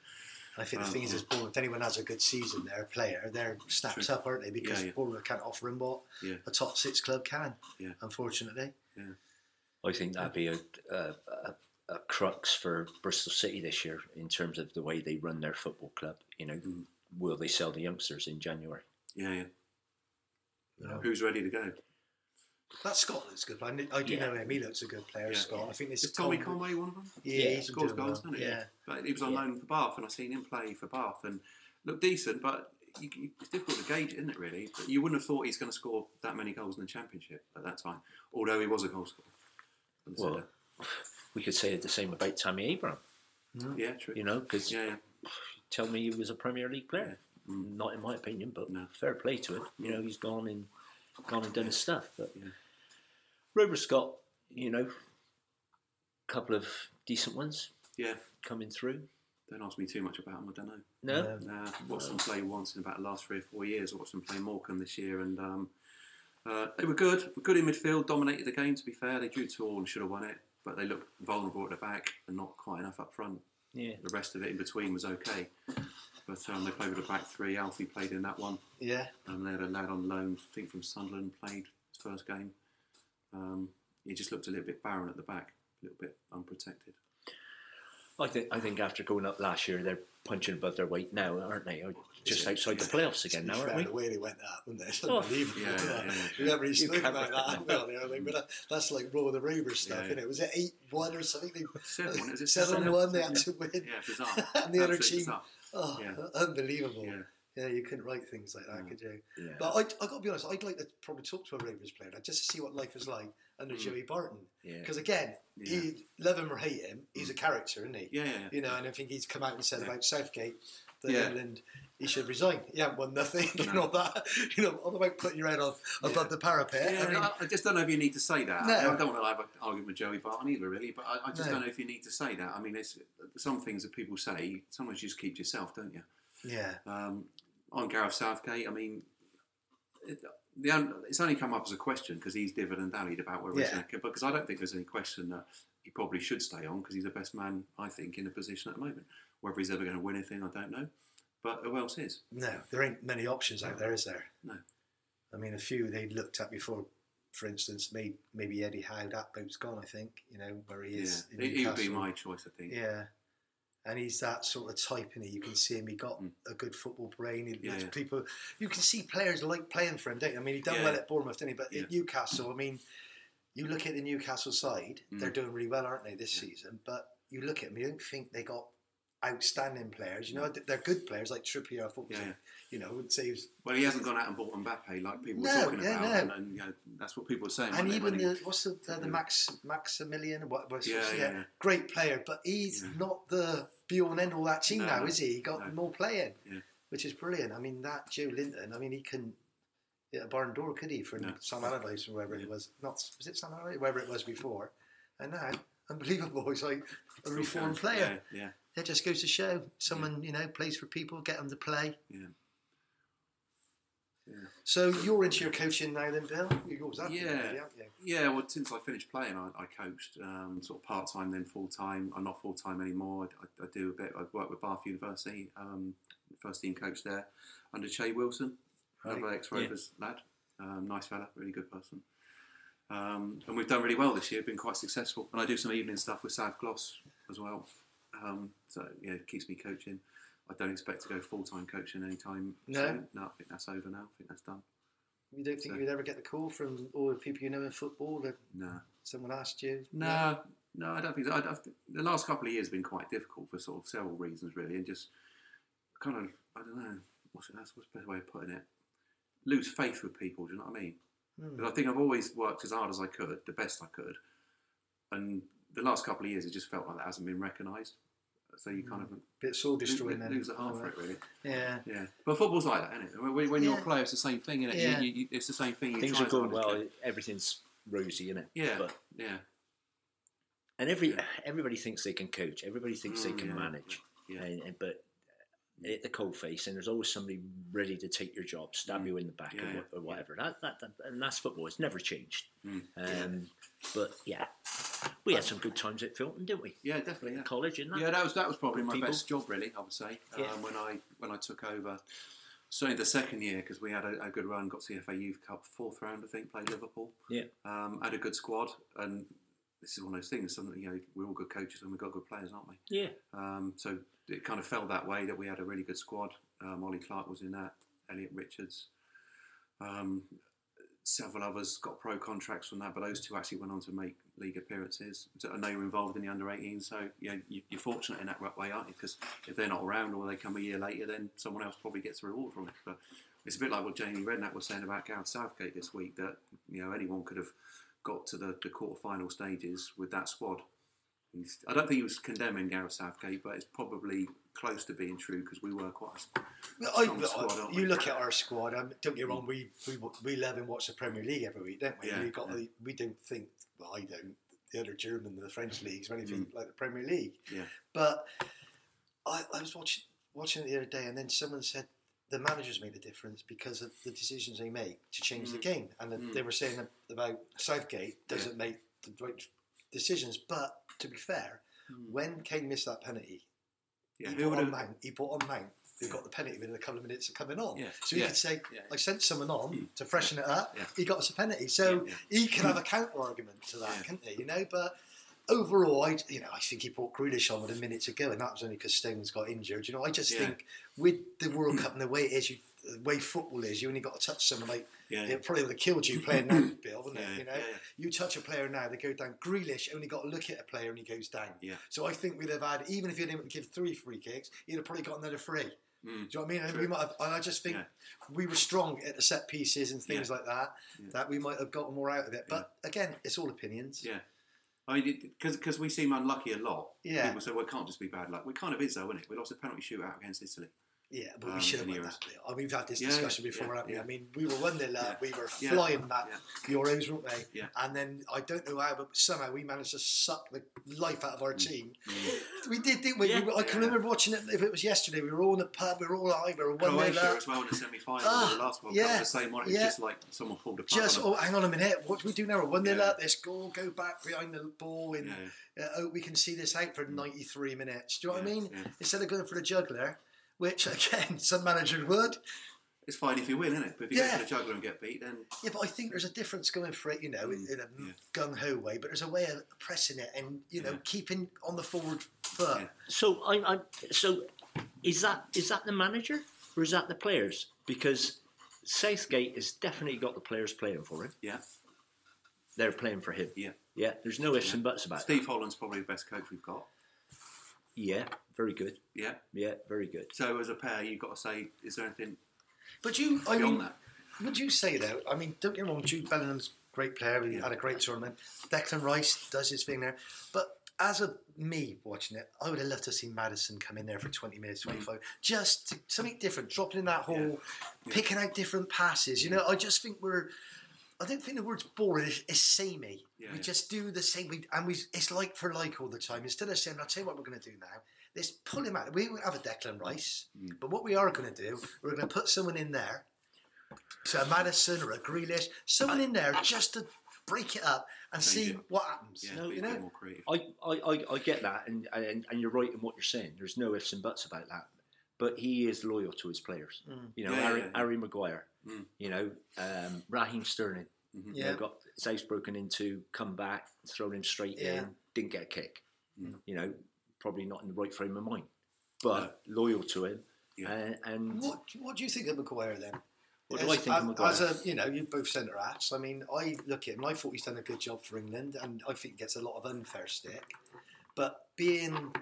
I think the
Um,
thing is, is Bournemouth, if anyone has a good season, they're a player, they're snapped
True.
up, aren't they? Because
Yeah, yeah.
Bournemouth can't offer them what
Yeah.
a top six club can,
Yeah.
unfortunately.
I think that'd be a, a, a, a crux for Bristol City this year in terms of the way they run their football club. You know,
Mm.
will they sell the youngsters in January?
yeah, yeah.
No.
Who's ready to go?
That Scott looks a good player. I kn- I do
Yeah.
know him. He looks a good player,
Yeah.
Scott. I think this
Is Tommy
Tom-
Conway one of them?
Yeah,
Yeah,
he's been
scores
doing
goals,
well.
doesn't he?
Yeah.
But he was on
Yeah.
loan for Bath, and I seen him play for Bath and looked decent, but. You, you- it's difficult to gauge, isn't it? Really, but you wouldn't have thought he's going to score that many goals in the championship at that time. Although he was a goal scorer.
Well, we could say the same about Tammy Abraham.
yeah, true.
You know, because
Yeah, yeah.
tell me he was a Premier League player.
Mm.
Not in my opinion, but
No.
fair play to him. You know, he's gone and gone and done his stuff. But
Yeah.
Rover Scott, you know, couple of decent ones
Yeah,
coming through.
don't ask me too much about them. I don't know.
No,
No.
Nah, watched them play once in about the last three or four years. I watched them play Morecambe this year, and um, uh, they were good. Were good in midfield, dominated the game. To be fair, they drew two all and should have won it, but they looked vulnerable at the back and not quite enough up front.
yeah,
The rest of it in between was okay, but um, they played with a back three. Alfie played in that one,
Yeah.
and they had a lad on loan, I think from Sunderland, played his first game. Um, he just looked a little bit barren at the back, a little bit unprotected.
I think I think after going up last year, they're punching above their weight now, aren't they? Or Just
Yeah.
outside the playoffs again now,
Fair,
aren't
The
we?
way they went up, wasn't they? It's
Oh.
unbelievable.
Yeah, yeah, yeah,
We
yeah.
haven't really
You
spoken
can't-
about that. Well, you know what I mean? But that- that's like Raw the Rover stuff,
Yeah, yeah.
isn't it? Was it 8 1 or something? They,
Seven, was it
7
seven?
1 they had to win.
Yeah, bizarre.
And the other
Absolutely
team-
bizarre.
Oh,
Yeah.
unbelievable.
Yeah. Mm.
Yeah, you couldn't write things like that,
No.
could you?
Yeah.
But I, I got to be honest, I'd like to probably talk to a Ravens player now, just to see what life is like under
Mm.
Joey Barton.
yeah.
Because again,
Yeah.
he love him or hate him, he's a character, isn't he?
Yeah, yeah, yeah.
You know, and I think he's come out and said
Yeah.
about Southgate that
Yeah.
England he should resign. He hasn't won nothing, you
No.
know that. You know, all about putting your head off above the parapet.
Yeah,
I mean,
I, I just don't know if you need to say that.
No.
I don't want to have an argument with Joey Barton either, really. But I, I just
No.
don't know if you need to say that. I mean, it's some things that people say. Sometimes you just keep to yourself, don't you?
yeah.
Um, on Gareth Southgate, I mean, it, the, on- it's only come up as a question because he's dividend dallied about whether he's
Yeah.
going to. Because I don't think there's any question that he probably should stay on because he's the best man, I think, in the position at the moment. Whether he's ever going to win anything, I don't know. But who else is?
No, there ain't many options out there, is there?
No.
I mean, a few they looked at before. For instance, maybe, maybe Eddie Howe. That boat's gone. I think you know where he
Yeah,
is. in
he, he would be
Newcastle.
my choice, I think.
Yeah. and he's that sort of type in it. You can see him. He got
Mm.
a good football brain. He
Yeah,
likes
yeah.
people. You can see players like playing for him, don't you? I mean, he done
Yeah,
well
yeah.
at Bournemouth, didn't he? But
Yeah.
at Newcastle, I mean, you look at the Newcastle side;
Mm.
they're doing really well, aren't they, this
Yeah.
season? But you look at them, you don't think they got outstanding players. You know, they're good players like Trippier. I thought, was
Yeah,
a-
yeah.
you know, I wouldn't say he was
Well, he hasn't gone out and bought Mbappe like people
No,
were talking
yeah,
about,
no.
and, and you know, that's what people were saying.
and
weren't they,
even
when he-
the what's the, the, the
Yeah.
Max Maximilian what was
Yeah,
yeah,
yeah, yeah.
great player, but he's
Yeah.
not the be all and end all that team
No,
now,
no,
is he? He got
no.
more playing,
Yeah.
which is brilliant. I mean that Joe Linton, I mean he can hit a barn door, could he, from
No.
Sam Allardyce or wherever
Yeah.
it was? Not was it Sam Allardyce, wherever it was before, and now unbelievable, he's like a
Yeah,
reformed player.
Yeah, yeah.
It just goes to show someone you know plays for people, get them to play.
Yeah. Yeah.
So you're into your coaching now, then, Bill. You're always happy,
Yeah.
really, aren't you?
Yeah, well, since I finished playing, I, I coached um, sort of part time, then full time. I'm not full time anymore. I, I, I do a bit. I work with Bath University, um, first team coach there, under Che Wilson, another ex Rovers lad. Um, nice fella, really good person. Um, and we've done really well this year, been quite successful. And I do some evening stuff with South Gloss as well. Um, so, yeah, it keeps me coaching. I don't expect to go full time coaching anytime
No.
soon. No, I think that's over now. I think that's done.
You don't think
So-
you'd ever get the call from all the people you know in football that
No.
someone asked you?
No, no, I don't think so. I, I, think the last couple of years have been quite difficult for sort of several reasons, really, and just kind of I don't know what's that's what's the best way of putting it. Lose faith with people. Do you know what I mean?
Hmm.
But I think I've always worked as hard as I could, the best I could, and the last couple of years it just felt like that hasn't been recognised. So you
Mm.
kind of
Bit soul destroying
lose,
then.
lose the heart
Oh,
for it, really.
Yeah.
Yeah, but football's like that, isn't it? When, when you're
Yeah.
a player, it's the same thing, isn't it?
Yeah.
You, you, it's the same thing. You
Things
try
are
as
going
hard as you
well.
can.
Everything's rosy, isn't it?
Yeah,
But,
yeah,
and every
Yeah.
everybody thinks they can coach. Everybody thinks they
Mm,
can
yeah,
manage.
yeah.
And, and- but at the cold face, and there's always somebody ready to take your job, stab
Mm.
you in the back,
Yeah,
or,
yeah.
what- or whatever. That, that, that and that's football. It's never changed.
Mm.
Um, But yeah, we had some good times at Filton, didn't we?
yeah, definitely. Yeah.
In college, and that.
Yeah, that was that was probably my
people.
best job, really. I would say um,
Yeah.
when I when I took over, certainly the second year because we had a, a good run, got to the FA Youth Cup fourth round, I think, played Liverpool.
Yeah.
um, had a good squad, and this is one of those things. Something you know, we're all good coaches and we've got good players, aren't we?
yeah.
Um, so it kind of fell that way that we had a really good squad. Um, Ollie Clark was in that, Elliot Richards. Um, several others got pro contracts from that, but those two actually went on to make league appearances. So, and they were involved in the under 18, so you know, you, you're fortunate in that way, aren't you? Because if they're not around or they come a year later, then someone else probably gets the reward from it. But it's a bit like what Jamie Redknapp was saying about Gareth Southgate this week that you know anyone could have got to the, the quarter-final stages with that squad. He's, I don't think he was condemning Gareth Southgate, but it's probably close to being true because we were quite.
Well, I,
Strong squad, aren't
you
we? Hmm.
look at our squad. Um, don't get me wrong. We, we we love and watch the Premier League every week, don't we?
Yeah,
we got
yeah.
the, we don't think. Well, I don't. The other German, the French leagues, or anything like the Premier League.
Hmm. Yeah.
But I, I was watching watching it the other day, and then someone said the managers made a difference because of the decisions they make to change the
Mm.
game, and that
Mm.
they were saying about Southgate doesn't make the right decisions. But to be fair, when Kane missed that penalty,
Yeah,
Hmm. he,
who
brought
would
on
have?
Mount, he brought on Mount. They
Yeah.
got the penalty within a couple of minutes of coming on.
Yeah.
So he
Yeah.
could say,
Yeah. Hmm.
I sent someone on to freshen it up.
Yeah.
He got us a penalty. So
Yeah,
he can have a counter argument to that,
Yeah.
couldn't he? You know, but overall, I you know I think he brought Grealish on with a minute to go, and that was only because Stones got injured. You know, I just
Yeah. Hmm.
think with the World Cup and the way it is, you, the way football is, you only got to touch someone like
yeah, yeah,
it probably would have killed you playing now, Bill, wouldn't
yeah,
it? You know,
yeah,
you touch a player now, they go down. Grealish only got to look at a player and he goes down.
Yeah.
So I think we'd have had, even if he didn't give three free kicks, he'd have probably got another three.
Mm.
Do you know what I mean? And
True.
we might have, and I just think
Yeah.
we were strong at the set pieces and things like that,
Yeah.
that we might have gotten more out of it. But again, it's all opinions.
yeah. I mean, because we seem unlucky a lot.
Yeah.
People say, well, it can't just be bad luck. We kind of is, though, isn't it? We lost a penalty shootout against Italy.
Yeah, but we
Um,
should have won
Euros.
that. I mean, we've had this
Yeah,
discussion
yeah,
before,
yeah,
haven't
yeah.
we? I mean, we were 1 0 up, we were
Yeah.
flying that
Yeah.
Euros, weren't we?
Yeah.
And then I don't know how, but somehow we managed to suck the life out of
Mm.
our team. We did, didn't we?
Yeah.
We were- I can
Yeah.
remember watching it. If it was yesterday, we were all in the pub, we were all high, we were one nil
Croatia
up.
as well in the semi final.
Ah,
the last one
yeah,
was the same one. It was
yeah.
just like someone pulled a plug
Just
on
oh, hang on a minute. What do we do now? We're One nil
Yeah.
up. This goal, go back behind the ball,
them.
and uh, oh, we can see this out for
Mm.
ninety three minutes. Do you know
yeah,
what I mean?
yeah.
Instead of going for the juggler, which again some manager would.
It's fine if you win, isn't it? But if you
Yeah.
go to the juggler and get beat, then
Yeah, but I think there's a difference going for it, you know, in-
Mm,
in a
yeah.
gung ho way. But there's a way of pressing it and you know
Yeah.
keeping on the forward But
Yeah.
So I, I so is that is that the manager or is that the players? Because Southgate has definitely got the players playing for him.
Yeah,
They're playing for him.
yeah.
Yeah, there's no ifs and buts about it.
Steve Holland's probably the best coach we've got.
Yeah, very good.
Yeah.
Yeah, very good.
So as a pair, you've got to say, is there anything
but you, I
beyond
mean,
that?
Would you say though? I mean, don't get me wrong. Jude Bellingham's a great player. He
Yeah.
had a great tournament. Declan Rice does his thing there. But as a me watching it, I would have loved to see Madison come in there for twenty minutes, twenty five, just to, something different, dropping in that hole,
Mm. Yeah.
picking out different passes. You know, I just think we're. I don't think the word's boring. It's, it's samey.
Yeah,
we
yeah.
just do the same. We and we. It's like for like all the time. Instead of saying, "I'll tell you what we're going to do now." Let's pull him out. We won't have a Declan Rice,
Mm.
but what we are going to do, we're going to put someone in there so a Madison or a Grealish, someone in there just to break it up and
Change
see
it.
what happens.
Yeah,
No,
be
you
a bit
know?
more creative.
I, I, I, I get that, and, and and you're right in what you're saying. There's no ifs and buts about that. But he is loyal to his players.
Mm.
You know,
Yeah,
Harry,
yeah, yeah.
Harry Maguire.
Mm.
You know, um, Raheem Sterling.
Mm-hmm.
You
Yeah.
know, got his house broken into, come back, thrown him straight
Yeah.
in, didn't get a kick.
Mm.
You know, probably not in the right frame of mind, but loyal to him.
Yeah.
And, and
What What do you think of Maguire then?
What do I think of Maguire?
As a, you know, you're both centre halves. I mean, I look at him. and I thought he's done a good job for England, and I think he gets a lot of unfair stick. But being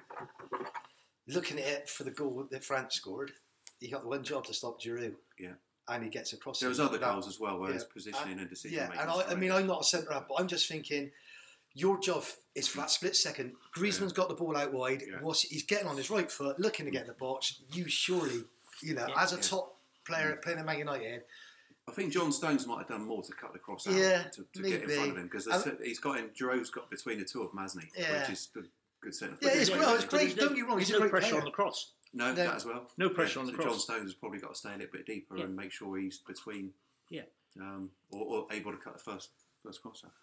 looking at it for the goal that France scored, he got one job to stop Giroud.
Yeah.
and he gets across.
There was other goals as well, where
yeah.
his positioning and decision
Yeah,
making.
and I, I mean, I'm not a centre half, but I'm just thinking, your job is for that split second. Griezmann's got the ball out wide.
Yeah.
What's, he's getting on his right foot, looking to get in the box. You surely, you know,
Yeah.
as a
Yeah. Mm.
top player playing at Man United,
I think John Stones might have done more to cut the cross out
Yeah,
to, to get in front of him because
maybe.
he's got him. Giroud's got between the two of them, hasn't he?
Yeah.
Which is good, good centre.
Yeah, it's-
forward.
well, it's
But
great,
there's no-
don't get me wrong,
there's
he's
no
a great
pressure
player.
on the cross.
No,
No.
that as well.
No pressure on
Yeah,
the
so John
cross.
Stones has probably got to stay a little bit deeper
Yeah.
and make sure he's between.
Yeah.
Um, or, or able to cut the first first cross out.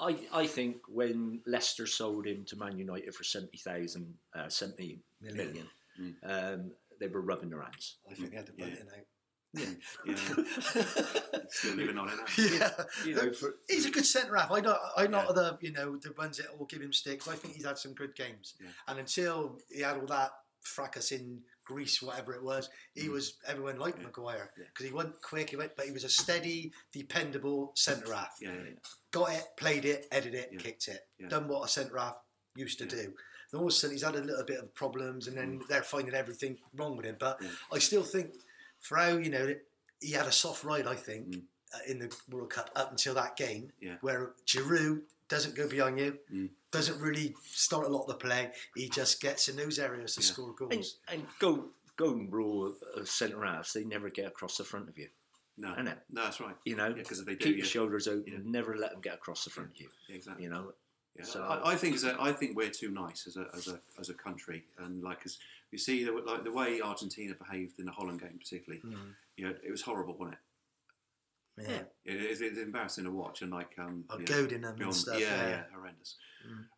I, I, I think when Leicester sold him to Man United for 70,000, uh, 70 million,
Mm.
um, they were rubbing their hands.
I think they had to bunt
Yeah.
it out.
Yeah. Still living on it now.
Yeah,
You know, for,
he's a good centre half. I not, I not
Yeah.
the you know the ones that will give him sticks. I think he's had some good games,
Yeah.
and until he had all that fracas in Greece, whatever it was, he was everyone liked
Yeah.
Maguire
Yeah.
because he went quick, he went, but he was a steady, dependable centre half.
Yeah, yeah,
Got it, played it, edited it,
Yeah.
kicked it.
Yeah.
Done what a centre half used to
Yeah. Mm.
do. And all of a sudden he's had a little bit of problems, and then they're finding everything wrong with him. But
Yeah.
I still think, for how you know, he had a soft ride. I think
Mm.
uh, in the World Cup up until that game,
Yeah.
where Giroud doesn't go beyond you,
Mm.
doesn't really start a lot of the play. He just gets in those areas to
Yeah.
score goals.
and, and go, golden rule of, of centre halves, they never get across the front of you.
No,
Isn't
no,
it?
that's right.
You know,
Yeah, 'cause if they do,
keep
yeah.
your shoulders open,
Yeah.
never let them get across the front of you.
Yeah, exactly.
You know,
Yeah,
So-
I, I think as a, I think we're too nice as a, as a as a country, and like as you see the like the way Argentina behaved in the Holland game, particularly, you know, it was horrible, wasn't
Mm. yeah.
Yeah.
it? It is it's embarrassing to watch, and like um,
Oh,
yeah,
goading them and
beyond-
stuff.
yeah,
Yeah, Mm.
yeah, horrendous.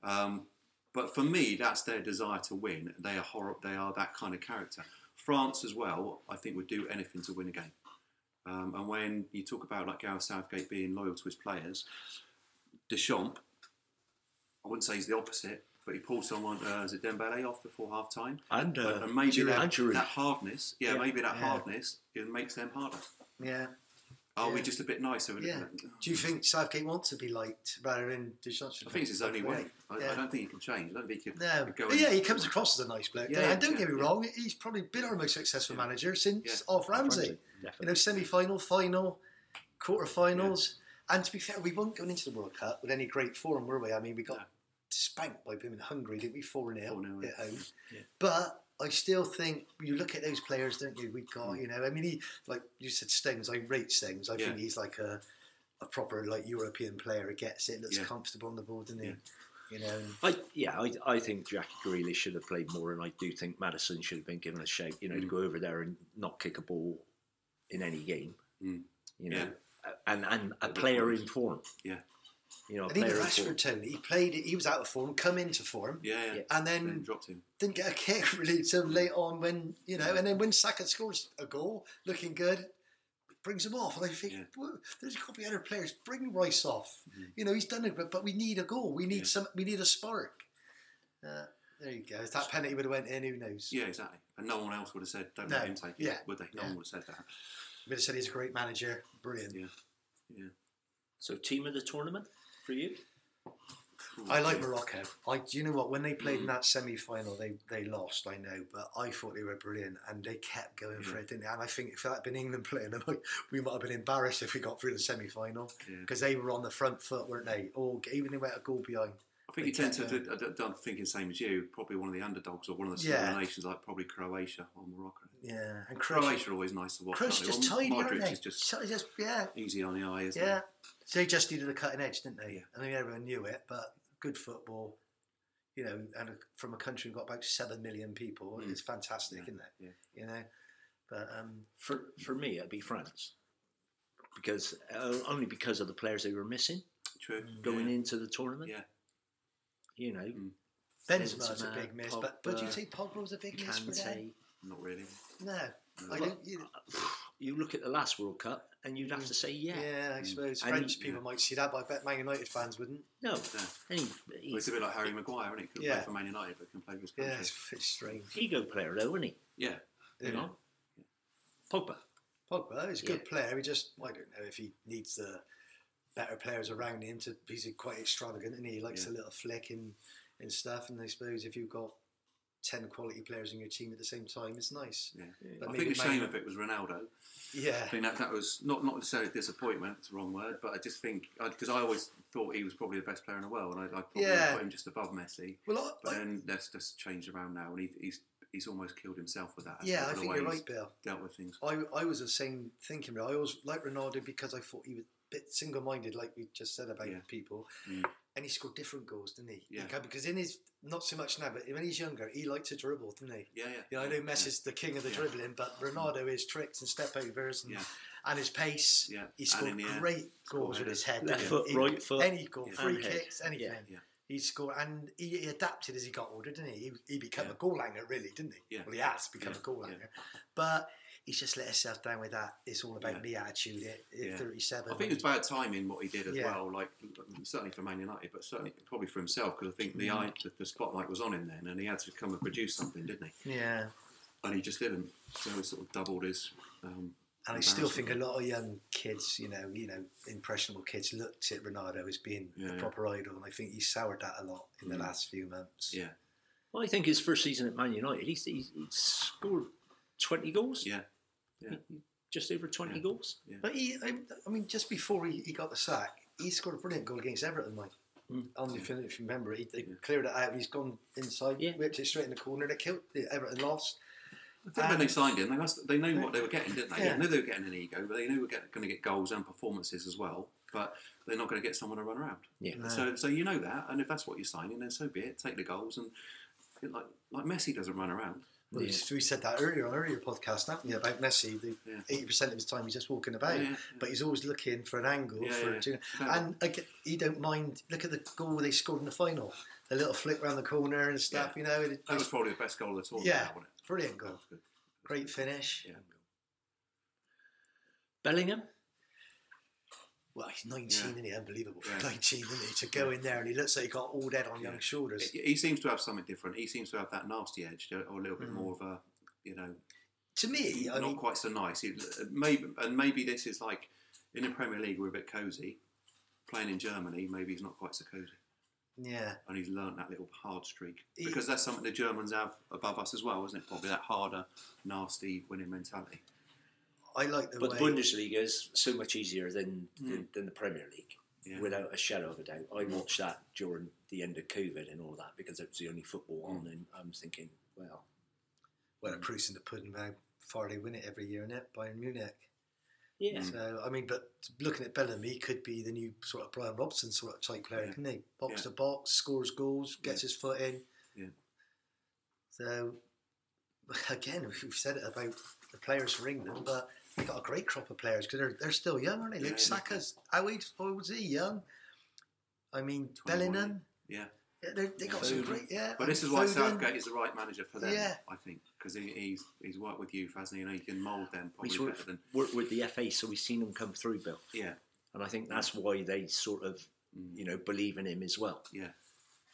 Um, but for me, that's their desire to win. They are horror. They are that kind of character. France as well, I think, would do anything to win a game. Um, and when you talk about like Gareth Southgate being loyal to his players, Deschamps, I wouldn't say he's the opposite, but he pulled someone, uh, is it Dembele, off before half time?
and, uh,
and maybe
Giroud.
that,
And Giroud.
that hardness, yeah,
Yeah.
maybe that
Yeah.
hardness, it makes them harder.
yeah.
Are we
Yeah.
just a bit nicer?
Yeah. Do you think Southgate wants to be liked rather than Deschamps?
I think it's his only way. I,
Yeah.
I don't think he can change. I don't think he can
No,
go
but
in-
yeah, he comes across as a nice bloke.
Yeah,
Yeah,
yeah,
don't get
yeah,
me
yeah.
wrong; he's probably been our most successful
Yeah.
manager since
Yeah.
off Ramsey.
Ramsey,
You know,
definitely.
semi-final, final, quarter-finals, and to be fair, we weren't going into the World Cup with any great form, were we? I mean, we got
No.
spanked by them in Hungary, didn't we? Four 0
Four nil,
at
yeah.
home.
Yeah.
But I still think you look at those players, don't you? We got,
Hmm.
you know, I mean, he like you said, Stengs. I rate Stengs. I
Yeah.
think he's like a a proper like European player. He gets it, looks
Yeah.
comfortable on the ball, doesn't he?
Yeah.
You know. and-
I, yeah, I, I think Jackie Grealish should have played more, and I do think Madison should have been given a shake, you know, to
Mm.
go over there and not kick a ball in any game,
Mm.
you know, and and a
bit
player
worse.
in form.
Yeah.
You know, a
And even
player in form.
Rashford, Tony, he played. He was out of form, come into form,
Yeah, yeah.
Yeah.
and
And then
Hmm.
then
dropped him.
didn't get a kick really until late on when you know.
Hmm.
Yeah.
And then when Saka scores a goal, looking good, brings him off. And I think
Yeah.
"Whoa, there's a couple of other players. Bring Rice
Hmm.
off. You know, he's done it, but, but we need a goal. We need
Yeah.
some. We need a spark. Uh, There you go. If that penalty would have went in, who knows?
Yeah, exactly. And no one else would have said, don't
No.
let him take it,
Yeah.
would they? No
Yeah.
one would have said that.
We'd have said he's a great manager. Brilliant.
Yeah.
So, team of the tournament for you?
I like
Yeah.
Morocco. I, do you know what? When they played in
Mm.
that semi-final, they, they lost. I know, but I thought they were brilliant, and they kept going for
Yeah.
it, didn't they? And I think if that had been England playing them, like, we might have been embarrassed if we got through the semi-final
Yeah.
because they were on the front foot, weren't they? All even they went a goal behind.
I think
They
you tend to,
kept
I don't- don't think it's the same as you, probably one of the underdogs or one of the
Yeah.
smaller nations like probably Croatia or Morocco.
Yeah, and Croatia.
Croatia are always nice to watch.
Croatia
aren't
just
they?
tidy,
Well,
aren't
Modric
they?
is just
So just yeah,
easy on the eye, isn't
yeah. They just needed a cutting edge, didn't they?
Yeah.
I mean, everyone knew it, but good football. You know, and from a country who've got about seven million people,
Mm.
it's fantastic,
Yeah,
isn't it?
yeah.
You know, but um,
For, for me, it'd be France. Because uh, only because of the players they were missing
he? True.
Mm.
going
yeah.
into the tournament.
Yeah.
You know,
Benzema's a
Benzema,
big miss, but but do you
Pogba,
think Pogba was a big miss for them?
Kante.
Not really.
No,
No.
I don't. You,
You look at the last World Cup, and you'd have to say, yeah,
yeah. I
Mm.
suppose
And
French
he-
people might see that, but I bet Man United fans wouldn't.
no.
Yeah.
Any
Well, it's a bit like Harry Maguire, isn't it? Could
Yeah.
play for Man United, but can play for his
Yeah,
country.
it's, it's strange.
ego player, though, isn't he?
Yeah.
You know, Pogba.
Pogba is a good
Yeah.
player. He just I don't know if he needs the better players around him. To he's quite extravagant, and he He likes
Yeah.
a little flick and and stuff. And I suppose if you've got ten quality players in your team at the same time, it's nice.
Yeah.
But
I
maybe
think the shame
Man-
of it was Ronaldo.
Yeah,
I mean, that, that was not, not necessarily disappointment, it's the wrong word, but I just think, because I, always thought he was probably the best player in the world, and I, I probably
Yeah.
put him just above Messi.
well, I,
But then that's just changed around now, and he, he's he's almost killed himself with that.
I, yeah,
with
I
the
think
way
you're
he's
right, Bill.
Dealt with things.
I, I was the same thinking. I always liked Ronaldo because I thought he was a bit single minded, like we just said about
Yeah.
people.
Mm.
And he scored different goals, didn't he?
Yeah.
Because- Because in his, not so much now, but when he's younger, he liked to dribble, didn't he?
Yeah, yeah.
You know, I know Messi's the king of the
Yeah.
dribbling, but Ronaldo is tricks and step overs and,
Yeah.
and his pace.
Yeah.
He
And
scored
in the air.
great goals with
headers.
his head.
Left
didn't
foot,
he?
right foot.
Any goal,
Yeah.
free
And head.
kicks, anything.
Yeah.
He scored and he, he adapted as he got older, didn't he? He, he became
Yeah.
a goal hanger, really, didn't he?
Yeah.
Well, he has become
Yeah.
a goal
Yeah.
hanger. But he's just let himself down with that. It's all about
Yeah.
me attitude at at
Yeah.
37.
I think it was bad timing what he did as
Yeah.
well. Like certainly for Man United, but certainly probably for himself because I think
Mm.
the eye, the, the spotlight was on him then, and he had to come and produce something, didn't he?
yeah.
And he just didn't. So he sort of doubled his. Um,
And I still think
Embarrassing.
a lot of young kids, you know, you know, impressionable kids looked at Ronaldo as being
Yeah,
the
yeah.
proper idol, and I think he soured that a lot in the
Mm.
last few months.
yeah,
Well, I think his first season at Man United, he, he, he scored 20 goals.
yeah,
Just over 20
Yeah.
goals.
But he, I, I mean, just before he, he got the sack, he scored a brilliant goal against Everton, Mike.
Mm.
Only if, you- if you remember, he, they
Yeah.
cleared it out. He's gone inside,
Yeah.
whipped it straight in the corner, and it killed. The Everton lost.
I think when
And-
they signed him, they must they knew what they were getting, didn't they?
Yeah.
They knew they were getting an ego, but they knew they were going to get goals and performances as well. But they're not going to get someone to run around.
Yeah.
No.
So so you know that, and if that's what you're signing, then so be it. Take the goals and like like Messi doesn't run around.
Well,
Yeah.
we, we said that earlier on earlier podcast, haven't we, about Messi? The
Yeah.
eighty percent of his time he's just walking about,
Yeah, yeah.
but he's always looking for an angle.
Yeah,
for,
yeah.
do you know-
No.
And again, he don't mind. Look at the goal they scored in the final. The little flick round the corner and stuff. You know, it,
That was probably the best goal of the tournament.
Yeah.
that, wasn't it?
brilliant
That
goal,
was good.
great finish.
Yeah.
Bellingham?
Well, he's 19,
Yeah.
isn't he? Unbelievable.
Yeah.
19, isn't he? To go in there and he looks like he got all dead on young
Yeah.
shoulders.
He he seems to have something different. He seems to have that nasty edge, you know, or a little bit
Mm.
more of a, you know,
to me, I
not
mean,
quite so nice. He, maybe and maybe this is like in the Premier League we're a bit cosy. Playing in Germany, maybe he's not quite so cosy,
yeah.
and he's learnt that little hard streak
He-
because that's something the Germans have above us as well, isn't it? Probably that harder, nasty winning mentality.
I like the
But
way.
the Bundesliga is so much easier than, than,
Mm.
than the Premier League,
Yeah.
without a shadow of a doubt. I watched that during the end of COVID and all that because it was the only football on,
Mm.
and I'm thinking, well,
well, the proof's in the pudding how far they win it every year, innit? Bayern Munich.
yeah,
Mm.
So, I mean, but looking at Bellamy, he could be the new sort of Brian Robson sort of type player,
Yeah.
couldn't he? Box
Yeah.
to box, scores goals, gets his foot in.
Yeah.
So, again, we've said it about the players for England, but they've got a great crop of players because they're, they're still young, aren't they?
Yeah,
Luke
yeah.
Saka's, how old how old's he? Young? I mean,
21,
Bellingham.
yeah.
Yeah, they're- they got some
Foden.
great, yeah.
But
and
this is why
Foden.
Southgate is the right manager for them,
Yeah.
I think, because he, he's he's worked with youth, hasn't he? And he can mould them
we
probably
sort
better
of
than
worked with the FA, so we've seen them come through, Bill,
yeah.
and I think that's why they sort of,
Mm.
you know, believe in him as well.
Yeah.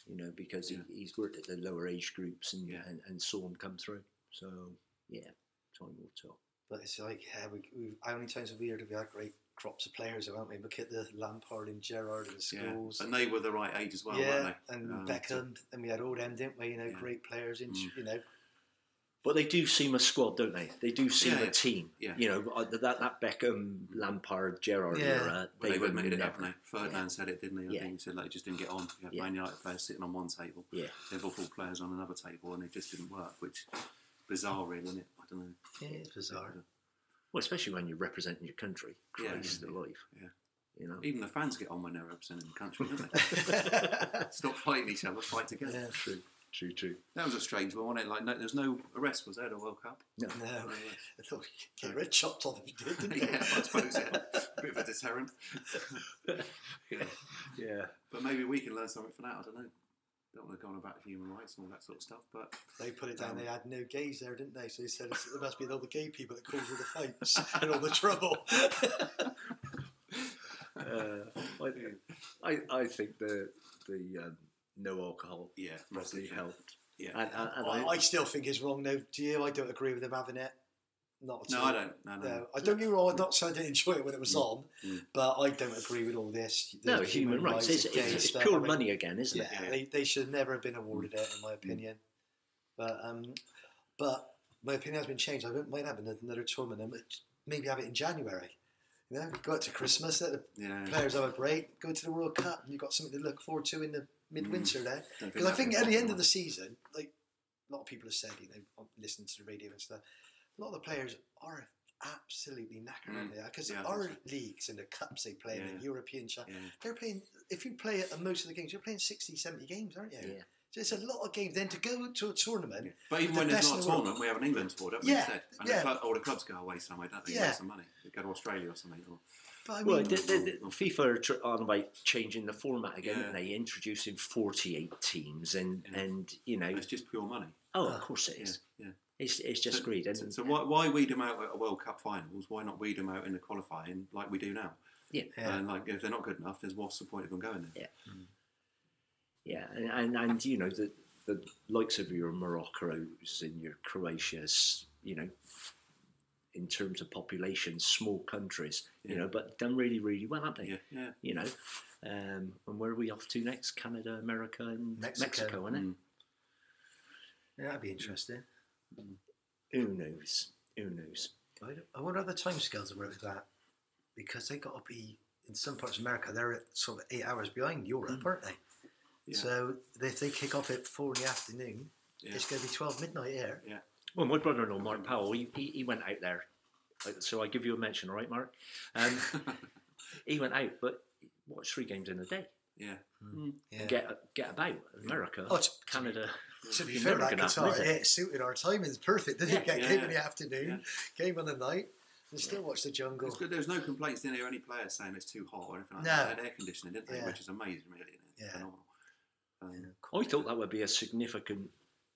you know, because
Yeah.
he, he's worked at the lower age groups and,
Yeah.
and, and saw him come through. So, yeah, time will tell.
But it's like, yeah, we, we, how many times have we heard of our great crops of players, haven't we? Look at the Lampard and Gerrard and Scholes.
yeah. Mm. And they were the right age as well,
yeah,
weren't
and
Um,
Beckham, and we had all them, didn't we? You know,
Yeah.
great players. In,
Mm.
You know,
But they do seem a squad, don't they? They do seem
Yeah, yeah.
a team.
Yeah.
You know, uh, that that Beckham, Lampard, Gerrard
Yeah.
era.
they? Well, they would made it,
never-
haven't they? Ferdinand said it, didn't he? I
Yeah.
think he said like, it just didn't get on. You had
Yeah.
Man United players sitting on one table,
Yeah.
Liverpool players on another table, and it just didn't work, which bizarre, really, isn't it? I don't know.
yeah, it's bizarre.
Well, especially when you're representing your country.
Yeah.
Christ alive.
Yeah.
You know.
Even the fans get on when they're representing the country, don't they? Stop fighting each other, fight together.
Yeah.
True, true, true.
That was a strange one, wasn't it? Like, no, there was no arrest, was there, at the World Cup?
No,
No arrest.
I thought he got chopped off if you did, didn't he?
yeah, I suppose, yeah. A bit of a deterrent. yeah.
Yeah.
But maybe we can learn something from that. I don't know. Don't want to go on about human rights and all that sort of stuff, but
They put it down. they had no gays there, didn't they? So they said it's- it must be all the gay people that caused all the fights and all the trouble.
Uh, I, I, I think the the um, no alcohol
yeah,
probably helped.
Yeah.
And, and, and
I,
I,
I still think it's wrong, though. Do you? I don't agree with them having it. Not at
No,
all.
I don't. No, no. no.
No, Um, I don't get me wrong. I'm not saying I didn't enjoy it when it was on,
Mm.
but I don't agree with all this. the
no, human rights. It's,
against
it's, it's
them.
pure
I mean,
money again, isn't
Yeah,
it? Mm.
Yeah.
They, they should never have been awarded it, in my opinion. But um, but my opinion has been changed. I wouldn't mind having another tournament. but Maybe have it in January. You know, go up to Christmas, let the
Mm.
Yeah.
players have a break, go to the World Cup, and you've got something to look forward to in the
Mm.
midwinter there.
Don't
Because I
that
think
was
at the end of
one.
the season, like a lot of people have said, you know, listening to the radio and stuff, a lot of the players are absolutely knackered, aren't they? Because
Mm. Yeah, I
our
think
leagues and the cups they play in
Yeah.
the European Championship,
Yeah.
they're playing, if you play at most of the games, you're playing 60, 70 games, aren't you?
Yeah.
So it's a lot of games. Then to go to a tournament,
Yeah. But even
The
when there's
best
not a
in the world.
tournament, we have an England tour, don't we?
Yeah,
Instead? And
yeah.
the club, all the clubs go away somewhere, don't they?
Yeah.
Make some money. They go to Australia or something. Or,
but I mean,
Well, the, the, the FIFA are tr- on about changing the format again,
Yeah.
aren't they? Introducing 48 teams, and,
Yeah.
and you know,
it's just pure money.
oh,
Uh,
of course it
Yeah.
is.
yeah.
It's, it's just
So-
greed. And,
So, so why, why weed them out at a World Cup finals? Why not weed them out in the qualifying like we do now?
yeah.
And like if they're not good enough, there's what's the point of them going there?
Yeah, and, and, and you know the the likes of your Morocco's and your Croatia's, you know, in terms of population, small countries, you
Yeah.
know, but done really, really well, haven't they?
Yeah, yeah.
You know, um, and where are we off to next? Canada, America, and
Mexico.
Mexico, isn't it?
Mm.
Yeah, that'd be interesting. Mm.
Who knows? Who knows?
I, don't- I wonder how the timescales work with that because they got to be in some parts of America. They're at sort of eight hours behind Europe, aren't they?
Hmm. Yeah.
So if they kick off at four in the afternoon,
Yeah.
it's going to be twelve midnight here.
Well, my brother-in-law, Mark Powell, he, he, he went out there. Like, So I give you a mention, all right, Mark? Um, he went out, but watched three games in a day.
yeah.
Yeah.
Get get about America,
Oh, to,
Canada.
to be
You're
fair,
never
that
gonna
guitar
have it.
yeah, it suited our timing perfect. Didn't it?
Yeah.
Game
Yeah.
in the afternoon, game on the night, and still watch the jungle.
It's good. There was no complaints in there. Any players saying it's too hot or anything like
No.
that. They had air conditioning, didn't they?
Yeah.
Which is amazing, really. Isn't it?
Yeah.
Phenomenal. Um,
I thought that would be a significant,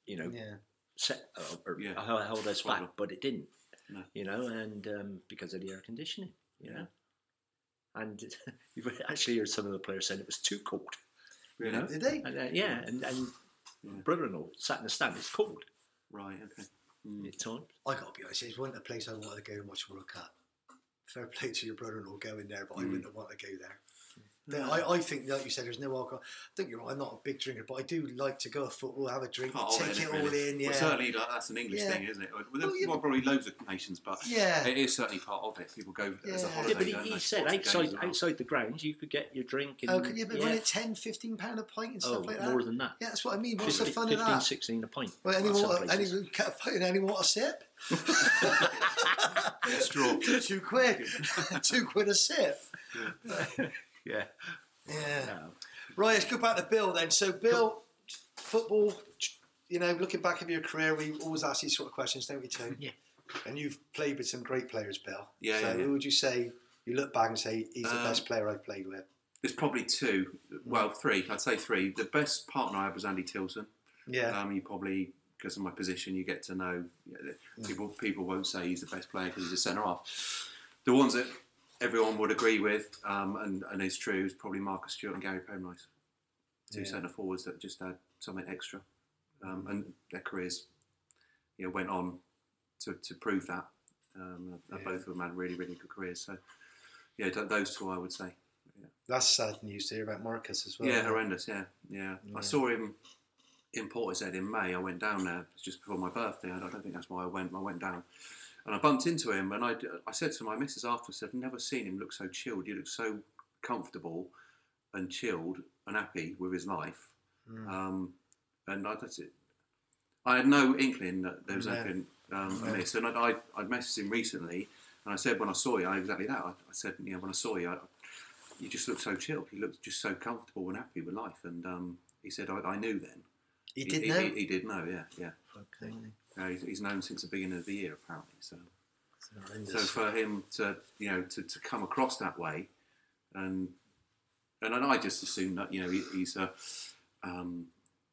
you know,
Yeah,
set uh, or
Yeah.
how it held us back,
Problem.
but it didn't.
No.
You know, and um, because of the air conditioning, you
Yeah.
know. And you've actually heard some of the players saying it was too cold.
really?
know?
did they?
And, uh, yeah, and, and
Yeah.
brother-in-law sat in the stand. It's cold
Right. Okay. Mm.
at times.
I got to be honest, it wasn't a place I wanted to go and watch World Cup. Fair play to your brother-in-law going there, but I
Mm.
wouldn't have wanted to go there. There- I, I think, like you said, there's no alcohol. I think you're right. I'm not a big drinker, but I do like to go to football, have a drink,
Part of
take
isn't
it all
really?
in. Yeah,
Well, certainly, like, that's an English
Yeah.
thing, isn't it? Well,
Well,
there-
you-
well, probably loads of nations, but
yeah.
it is certainly part of it. People go as a
Yeah.
Yeah,
holiday.
but he,
don't
he
they?
said
Sports games
outside
as well.
outside the grounds you could get your drink. And,
oh, could you have
yeah.
run it 10, 15 pound a pint and stuff
Oh,
like that?
more than that.
Yeah, that's what I mean. What's the
15,
fun of that?
16 a pint.
Well, uh,
at
anyone,
some
want,
places.
anyone, cut a pint and anyone want a sip?
Yeah, straw.
Two quid. Two quid a sip.
Yeah.
Yeah.
No.
Right, let's go back to Bill then. So, Bill, football, you know, looking back over your career, we always ask these sort of questions, don't we, Tim?
Yeah.
And you've played with some great players, Bill.
Yeah,
So,
yeah, yeah.
who would you say, you look back and say, he's the
Um,
best player I've played with?
There's probably two, well, three. I'd say three. The best partner I had was Andy Tilson.
Yeah.
Um, you probably, because of my position, you get to know you know,
Mm.
the- people. People won't say he's the best player because he's a centre half. The ones that everyone would agree with, um, and, and it's true, is probably Marcus Stewart and Gary Penrice. two
Yeah.
centre forwards that just had something extra, um, and their careers, you know, went on to, to prove that. Um, and
Yeah.
Both of them had really really good careers. So yeah, th- those two I would say.
That's sad news to hear about Marcus as well.
yeah, horrendous. Yeah, yeah.
Oh, Yeah.
I saw him in Portishead in May. I went down there just before my birthday. I don't think that's why I went. I went down, and I bumped into him. And I, I said to my missus afterwards, "I've never seen him look so chilled. He looked so comfortable and chilled and happy with his life."
Mm.
Um, and I, that's it. I had no inkling that there was
No.
anything um,
No.
amiss. And I, I, I messaged him recently, and I said when I saw you, I exactly that. I, I said, you know, when I saw you, I, you just looked so chilled. You looked just so comfortable and happy with life. And um, he said, I, I knew then.
He did
he,
know.
He, he did know. Yeah, yeah.
okay.
Uh, he's, he's known since the beginning of the year, apparently. So,
It's horrendous.
so for him to, you know, to, to come across that way, and and I just assume that you know he, he's a um,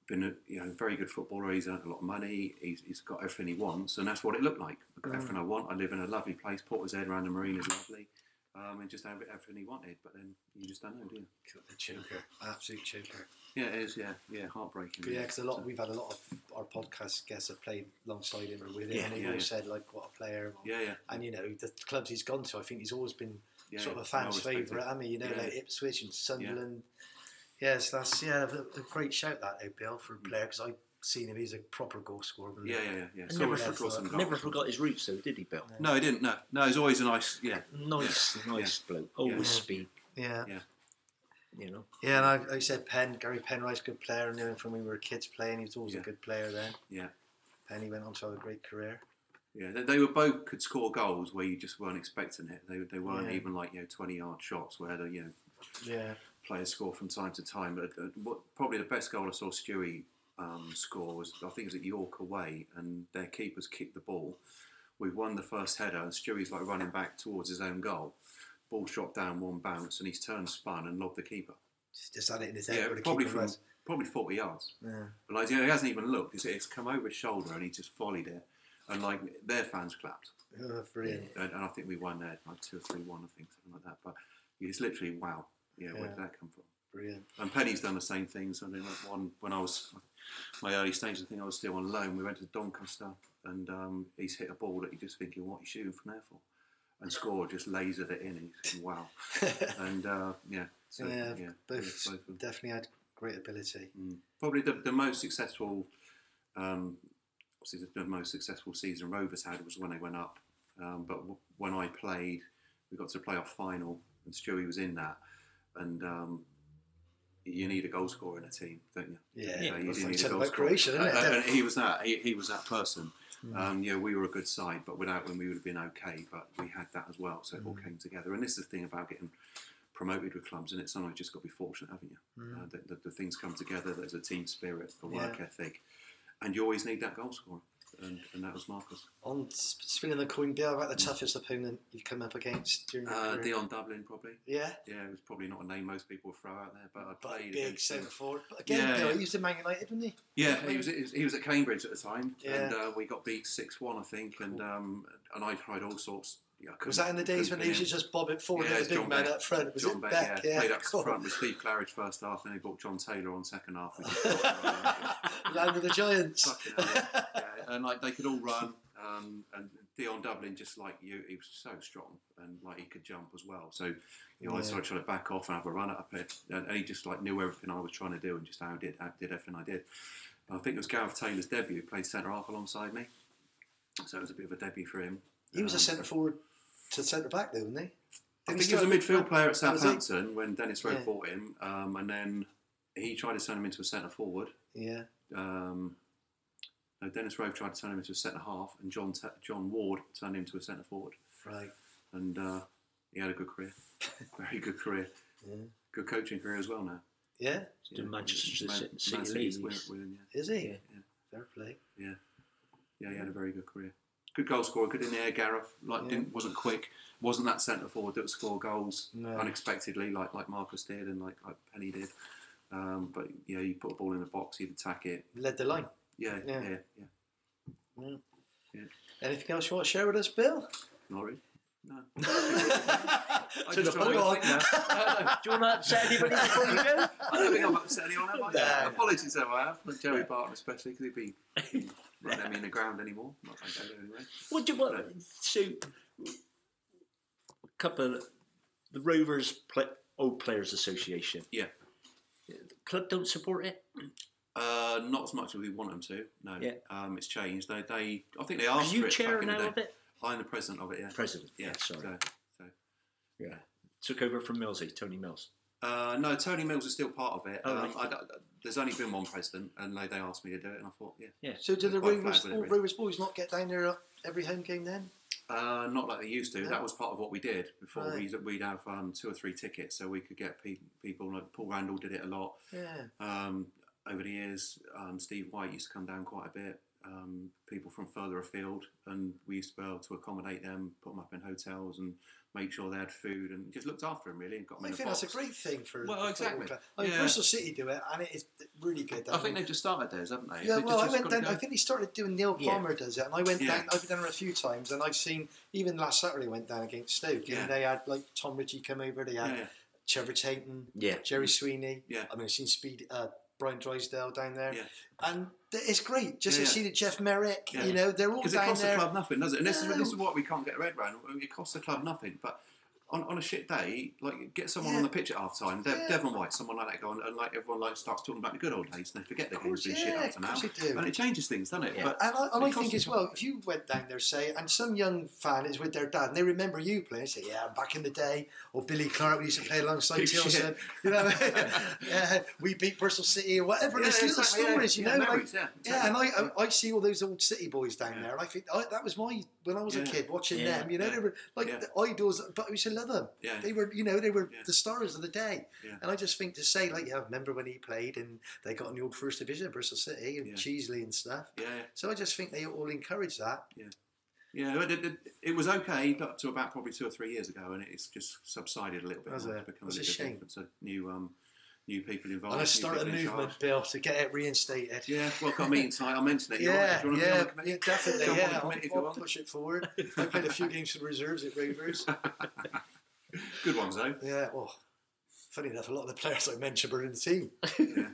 been a you know very good footballer. He's earned a lot of money. He's, he's got everything he wants, and that's what it looked like. I've got everything I want. I live in a lovely place. Portishead around the marina is lovely, um, and just have everything he wanted. But then you just don't know, do you?
God, the choker, absolute choker.
Yeah, it is. Yeah, yeah, heartbreaking.
But yeah, because a lot
So-
we've had a lot of our podcast guests have played alongside him or with him,
Yeah,
and they've
yeah,
all
yeah.
said like, "What a player!"
yeah, yeah,
And you know the clubs he's gone to, I think he's always been
yeah.
sort of a
well
fan's
respected.
favourite. I mean, you know,
Yeah.
like Ipswich and Sunderland. Yes, that's yeah, a, a great shout that though, Bill, for a player because I've seen him. He's a proper goal scorer. wasn't he?
Mm. Yeah, yeah, yeah. yeah.
I
So
never
much for
forgot-
crossing
Never
goals.
forgot his roots, though, did he, Bill?
No, he didn't. No, no. He's always a nice. Yeah,
Nice, nice bloke. Always
Yeah.
speak.
yeah,
You know.
yeah. And I, like you said Penn, Gary Penrice, good player. I knew him from when we were kids playing. He was always
Yeah.
a good player then.
Yeah.
Penny went on to have a great career.
Yeah, they, they were both could score goals where you just weren't expecting it. They, they weren't
Yeah.
even like you know twenty yard shots where the you know
Yeah,
players score from time to time. But uh, what, probably the best goal I saw Stewie um, score was I think it was at York away, and their keepers kicked the ball. We won the first header, and Stewie's like running back towards his own goal. Ball shot down, one bounce, and he's turned, spun, and lobbed the keeper.
just, just had it in his head.
Yeah,
where the
probably
keeper
from
was.
probably forty yards.
Yeah.
But, Like you know, he hasn't even looked. It's, it's come over his shoulder, and he just volleyed it, and like their fans clapped.
Oh, brilliant.
and, and I think we won there like two or three one, I think something like that. But it's literally wow, yeah, where
Yeah.
did that come from?
Brilliant.
And Penny's done the same things. I mean, like one when I was my early stages, I think I was still on loan. We went to Doncaster, and um, he's hit a ball that you're just thinking, what are you shooting from there for? And scored, just lasered it in. And he's thinking, wow, and uh, yeah, so yeah,
Yeah,
yeah,
both
both of them.
definitely had great ability.
probably the, the most successful, um, obviously the, the most successful season Rovers had was when they went up. Um, but w- when I played, we got to the playoff final, and Stewie was in that. And um, you need a goal scorer in a team, don't you?
Yeah,
Yeah,
you
that's
do need
what I
a
said
goal
about
scorer.
Croatia, isn't it?
And- and he was that. He, he was that person. Um, yeah, we were a good side, but without him, we would have been okay. But we had that as well, so it all
Mm.
came together. And this is the thing about getting promoted with clubs, and it's sometimes you've just got to be fortunate, haven't you?
Mm.
Uh, that, that the things come together. There's a team spirit, a work
Yeah.
ethic, and you always need that goal scorer. And, and that was Marcus.
On s- spinning the coin, Bill, about the toughest opponent you've come up against during your
Mm. Uh,
career.
Dion Dublin, probably.
yeah,
Yeah, it was probably not a name most people would throw out there, but I
but
played
big
against him.
centre forward. But again,
Yeah,
Bill,
yeah.
he was in Man United, wasn't he?
Yeah, he was, he was he was at Cambridge at the time,
Yeah.
and uh, we got beat six one, I think, and um, and I tried all sorts. Yeah, I couldn't-
Was that in the days when
couldn't
they used to
pin him.
just bob it forward
Yeah,
at
it's
the big
John
man
Beck.
up front? Was
John
it
Beck,
Beck?
yeah, played up
cool.
front with Steve Claridge first half, and then he brought John Taylor on second half. We just got right into it.
Land of the Giants.
Fucking hell, yeah. Yeah, and like they could all run, um, and Dion Dublin just like you, he was so strong, and like he could jump as well. So you know, I
Yeah.
started trying to back off and have a run up it, and, and he just like knew everything I was trying to do, and just how I did, how did everything I did. And I think it was Gareth Taylor's debut, played centre half alongside me, so it was a bit of a debut for him.
He was a
Um,
centre forward to centre back, though, wasn't he?
I
Didn't
think he was a
start-
midfield player at
he?
Southampton when Dennis Rowe
Yeah.
bought him, um, and then he tried to turn him into a centre forward.
Yeah,
Um, no, Dennis Rowe tried to turn him into a centre half, and John T- John Ward turned him to a centre forward,
right.
and uh, he had a good career, very good career,
Yeah.
good coaching career as well now.
Yeah,
The Manchester City- City
City's
leagues.
with- with him,
is he?
Yeah,
yeah.
Fair play.
yeah. yeah, he had a very good career. Good goal scorer, good in the air, Gareth. Like
Yeah.
didn't wasn't quick, wasn't that centre forward that would score goals
No.
unexpectedly, like like Marcus did and like like Penny did. Um, but yeah, you put a ball in the box, he'd attack it.
Led the line.
Yeah, yeah,
Yeah.
yeah.
Yeah.
Yeah.
Anything else you want to share with us, Bill?
Not really. No. I
To the
just don't
point.
think now. I
Do you want to upset anybody before you go?
don't think I've upset anyone, have I?
No.
Apologies though, I have. With Joey Barton especially, because he'd be running at me in the ground anymore. Not like that anyway.
What do what?
No.
So, a couple of the Rovers play, Old Players Association.
Yeah.
The club don't support it.
Uh, not as much as we want them to. No.
Yeah.
Um, it's changed. They, they, I think they
Are
asked for
you
it
chair
back in the
now
day.
of it?
I'm the president of it. Yeah.
President.
yeah.
sorry.
so-
Yeah. Took over from Millsy, Tony Mills.
Uh, no, Tony Mills is still part of it.
Oh,
um,
right.
I don't- there's only been one president, and they, they asked me to do it, and I thought, yeah,
So do the
Quite
Rovers,
flag,
all
whatever it
Rovers boys not get down there every home game then?
uh, not like they used to.
Oh.
No.
That was part of what we did before.
Right.
We'd, we'd have um, two or three tickets, so we could get pe- people like Paul Randall did it a lot
Yeah.
um, over the years. Um, Steve White used to come down quite a bit. Um, people from further afield, and we used to be able to accommodate them, put them up in hotels, and make sure they had food, and just looked after them really, and got them
I
in a
think that's a
box.
great thing for
Well,
the
exactly.
football club. I mean,
Yeah.
Bristol City do it, and it is really good.
I think they've just started theirs, haven't they?
Yeah,
They've
well,
just-
I
just
went
gotta
down.
go.
I think he started doing Neil
Yeah.
Palmer does it, and I went
Yeah.
down. I've been down there a few times, and I've seen even last Saturday went down against Stoke,
Yeah.
and they had like Tom Ritchie come over. They had
yeah, yeah.
Trevor Hayton,
Yeah.
Jerry Sweeney.
Yeah.
I mean, I've seen Speed, uh, Brian Drysdale down there,
Yeah.
and th- it's great just
Yeah,
to
yeah.
see the Jeff Merrick.
Yeah.
You know, they're all
Because it
down
costs
there.
the club nothing, does it? And this, is,
No.
this is what we can't get red round. It costs the club nothing. But on, on a shit day, like get someone on
Yeah.
the pitch at half time, De-
Yeah.
Devon White, someone like that, go on, and like everyone like starts talking about the good old days, and they forget they're
Of
going
course,
to do shit
yeah,
up to
of
now.
course they do.
And it changes things, doesn't it?
Yeah.
But
And I, and
It
I
costs
think
the
as well, if you went down there, say, and some young fan is with their dad, and they remember you playing, say, yeah, back in the day, or Billy Clark, we used to play alongside
Big shit.
Tilson, you know, yeah, we beat Bristol City, or whatever. There's little
exactly,
stories,
yeah,
you know. like- um,
memories, yeah,
yeah, and
exactly.
I, I, I see all those old City boys down
Yeah.
there, and I think I, that was my when I was
Yeah.
a kid watching
Yeah.
them. You know,
Yeah.
they were like
Yeah.
the idols, but I used to love them.
Yeah.
They were, you know, they were
Yeah.
the stars of the day.
Yeah.
And I just think to say, like, yeah, remember when he played and they got in the old first division at Bristol City and
Yeah.
Cheesley and stuff.
yeah, yeah.
So I just think they all encourage that.
Yeah, it, it, it was okay up to about probably two or three years ago, and it's just subsided a little bit.
Has
now.
it?
It's become
That's
a
a
little
shame.
bit different to new, um, new people involved.
And I
new
start a
people in charge.
movement, Bill, to get it reinstated.
Yeah, well, I mean, so I'll mention it. You're
Yeah,
right. Do you want to be on
yeah,
the committee?
yeah, definitely.
Jump on the
Yeah, I'll,
committee if you
I'll
want.
push it forward. I played a few games for the reserves at Rovers.
Good ones, though.
Yeah, well, funny enough, a lot of the players I mentioned were in the team.
Yeah.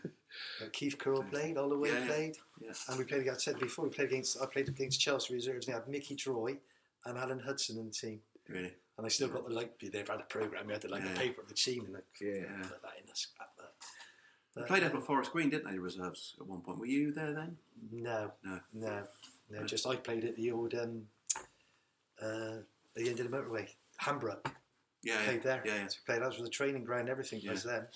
Like Keith Curl played, Holloway
Yeah, yeah.
played,
Yeah.
and we played. Like I said before, we played against. I played against Chelsea reserves. And they had Mickey Droy and Alan Hudson in the team,
Really?
and I still got the like. They've had a program. We had the like
Yeah.
the paper of the team, and like,
Yeah.
put that in. That's, that, that.
They
But,
played
uh,
up at Forest Green, didn't they, the reserves, at one point? Were you there then?
No,
No.
no, no.
No.
Just I played at the old um, uh, the end of the motorway, Hambrook.
Yeah, yeah.
Played there.
Yeah, yeah.
So we played. That was the training ground. Everything was there.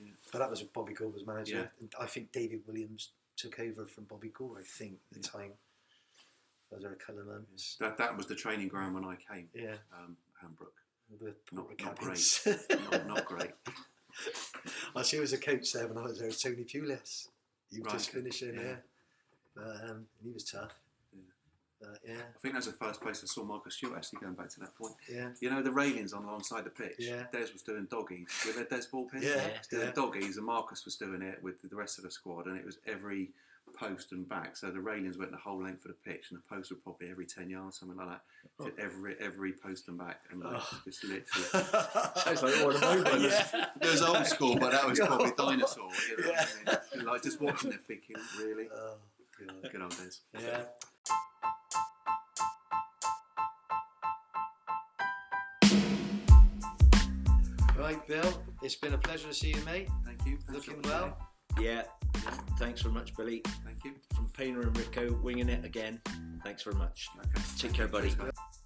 Yeah.
But that was when Bobby Gore was manager.
Yeah.
And I think David Williams took over from Bobby Gore. I think at the time. Those are a couple of months.
That, that was the training ground when I came,
Yeah,
um, Hambrook.
the
Not-
Porter
not
cabins.
Not, not great.
I see was a coach there when I was there. Tony Pulis. He was
Right,
just
okay.
finishing.
Yeah.
Yeah. But, um, he was tough.
Yeah.
But, yeah,
I think that was the first place I saw Marcus Stewart, actually, going back to that point.
yeah.
You know, the railings on alongside the pitch.
Yeah.
Des was doing doggies. You know Des ball pin?
Yeah,
He was doing
yeah.
doggies, and Marcus was doing it with the rest of the squad, and it was every post and back. So the railings went the whole length of the pitch, and the posts were probably every 10 yards, something like that. So every every post and back. And like,
Oh.
just literally.
Sounds like all the moment.
Yeah.
It was old school, but that was probably dinosaur. You know
Yeah.
what I mean? Like just watching it, thinking, really,
Oh, God.
good old days.
Yeah. Right, Bill. It's been a pleasure to see you, mate.
Thank you. Thanks
Looking
for having me.
well.
Yeah. Thanks very much, Billy.
Thank you.
From Painter and Rico, winging it again. Thanks very much.
Okay.
Take care, buddy.
Cheers, mate.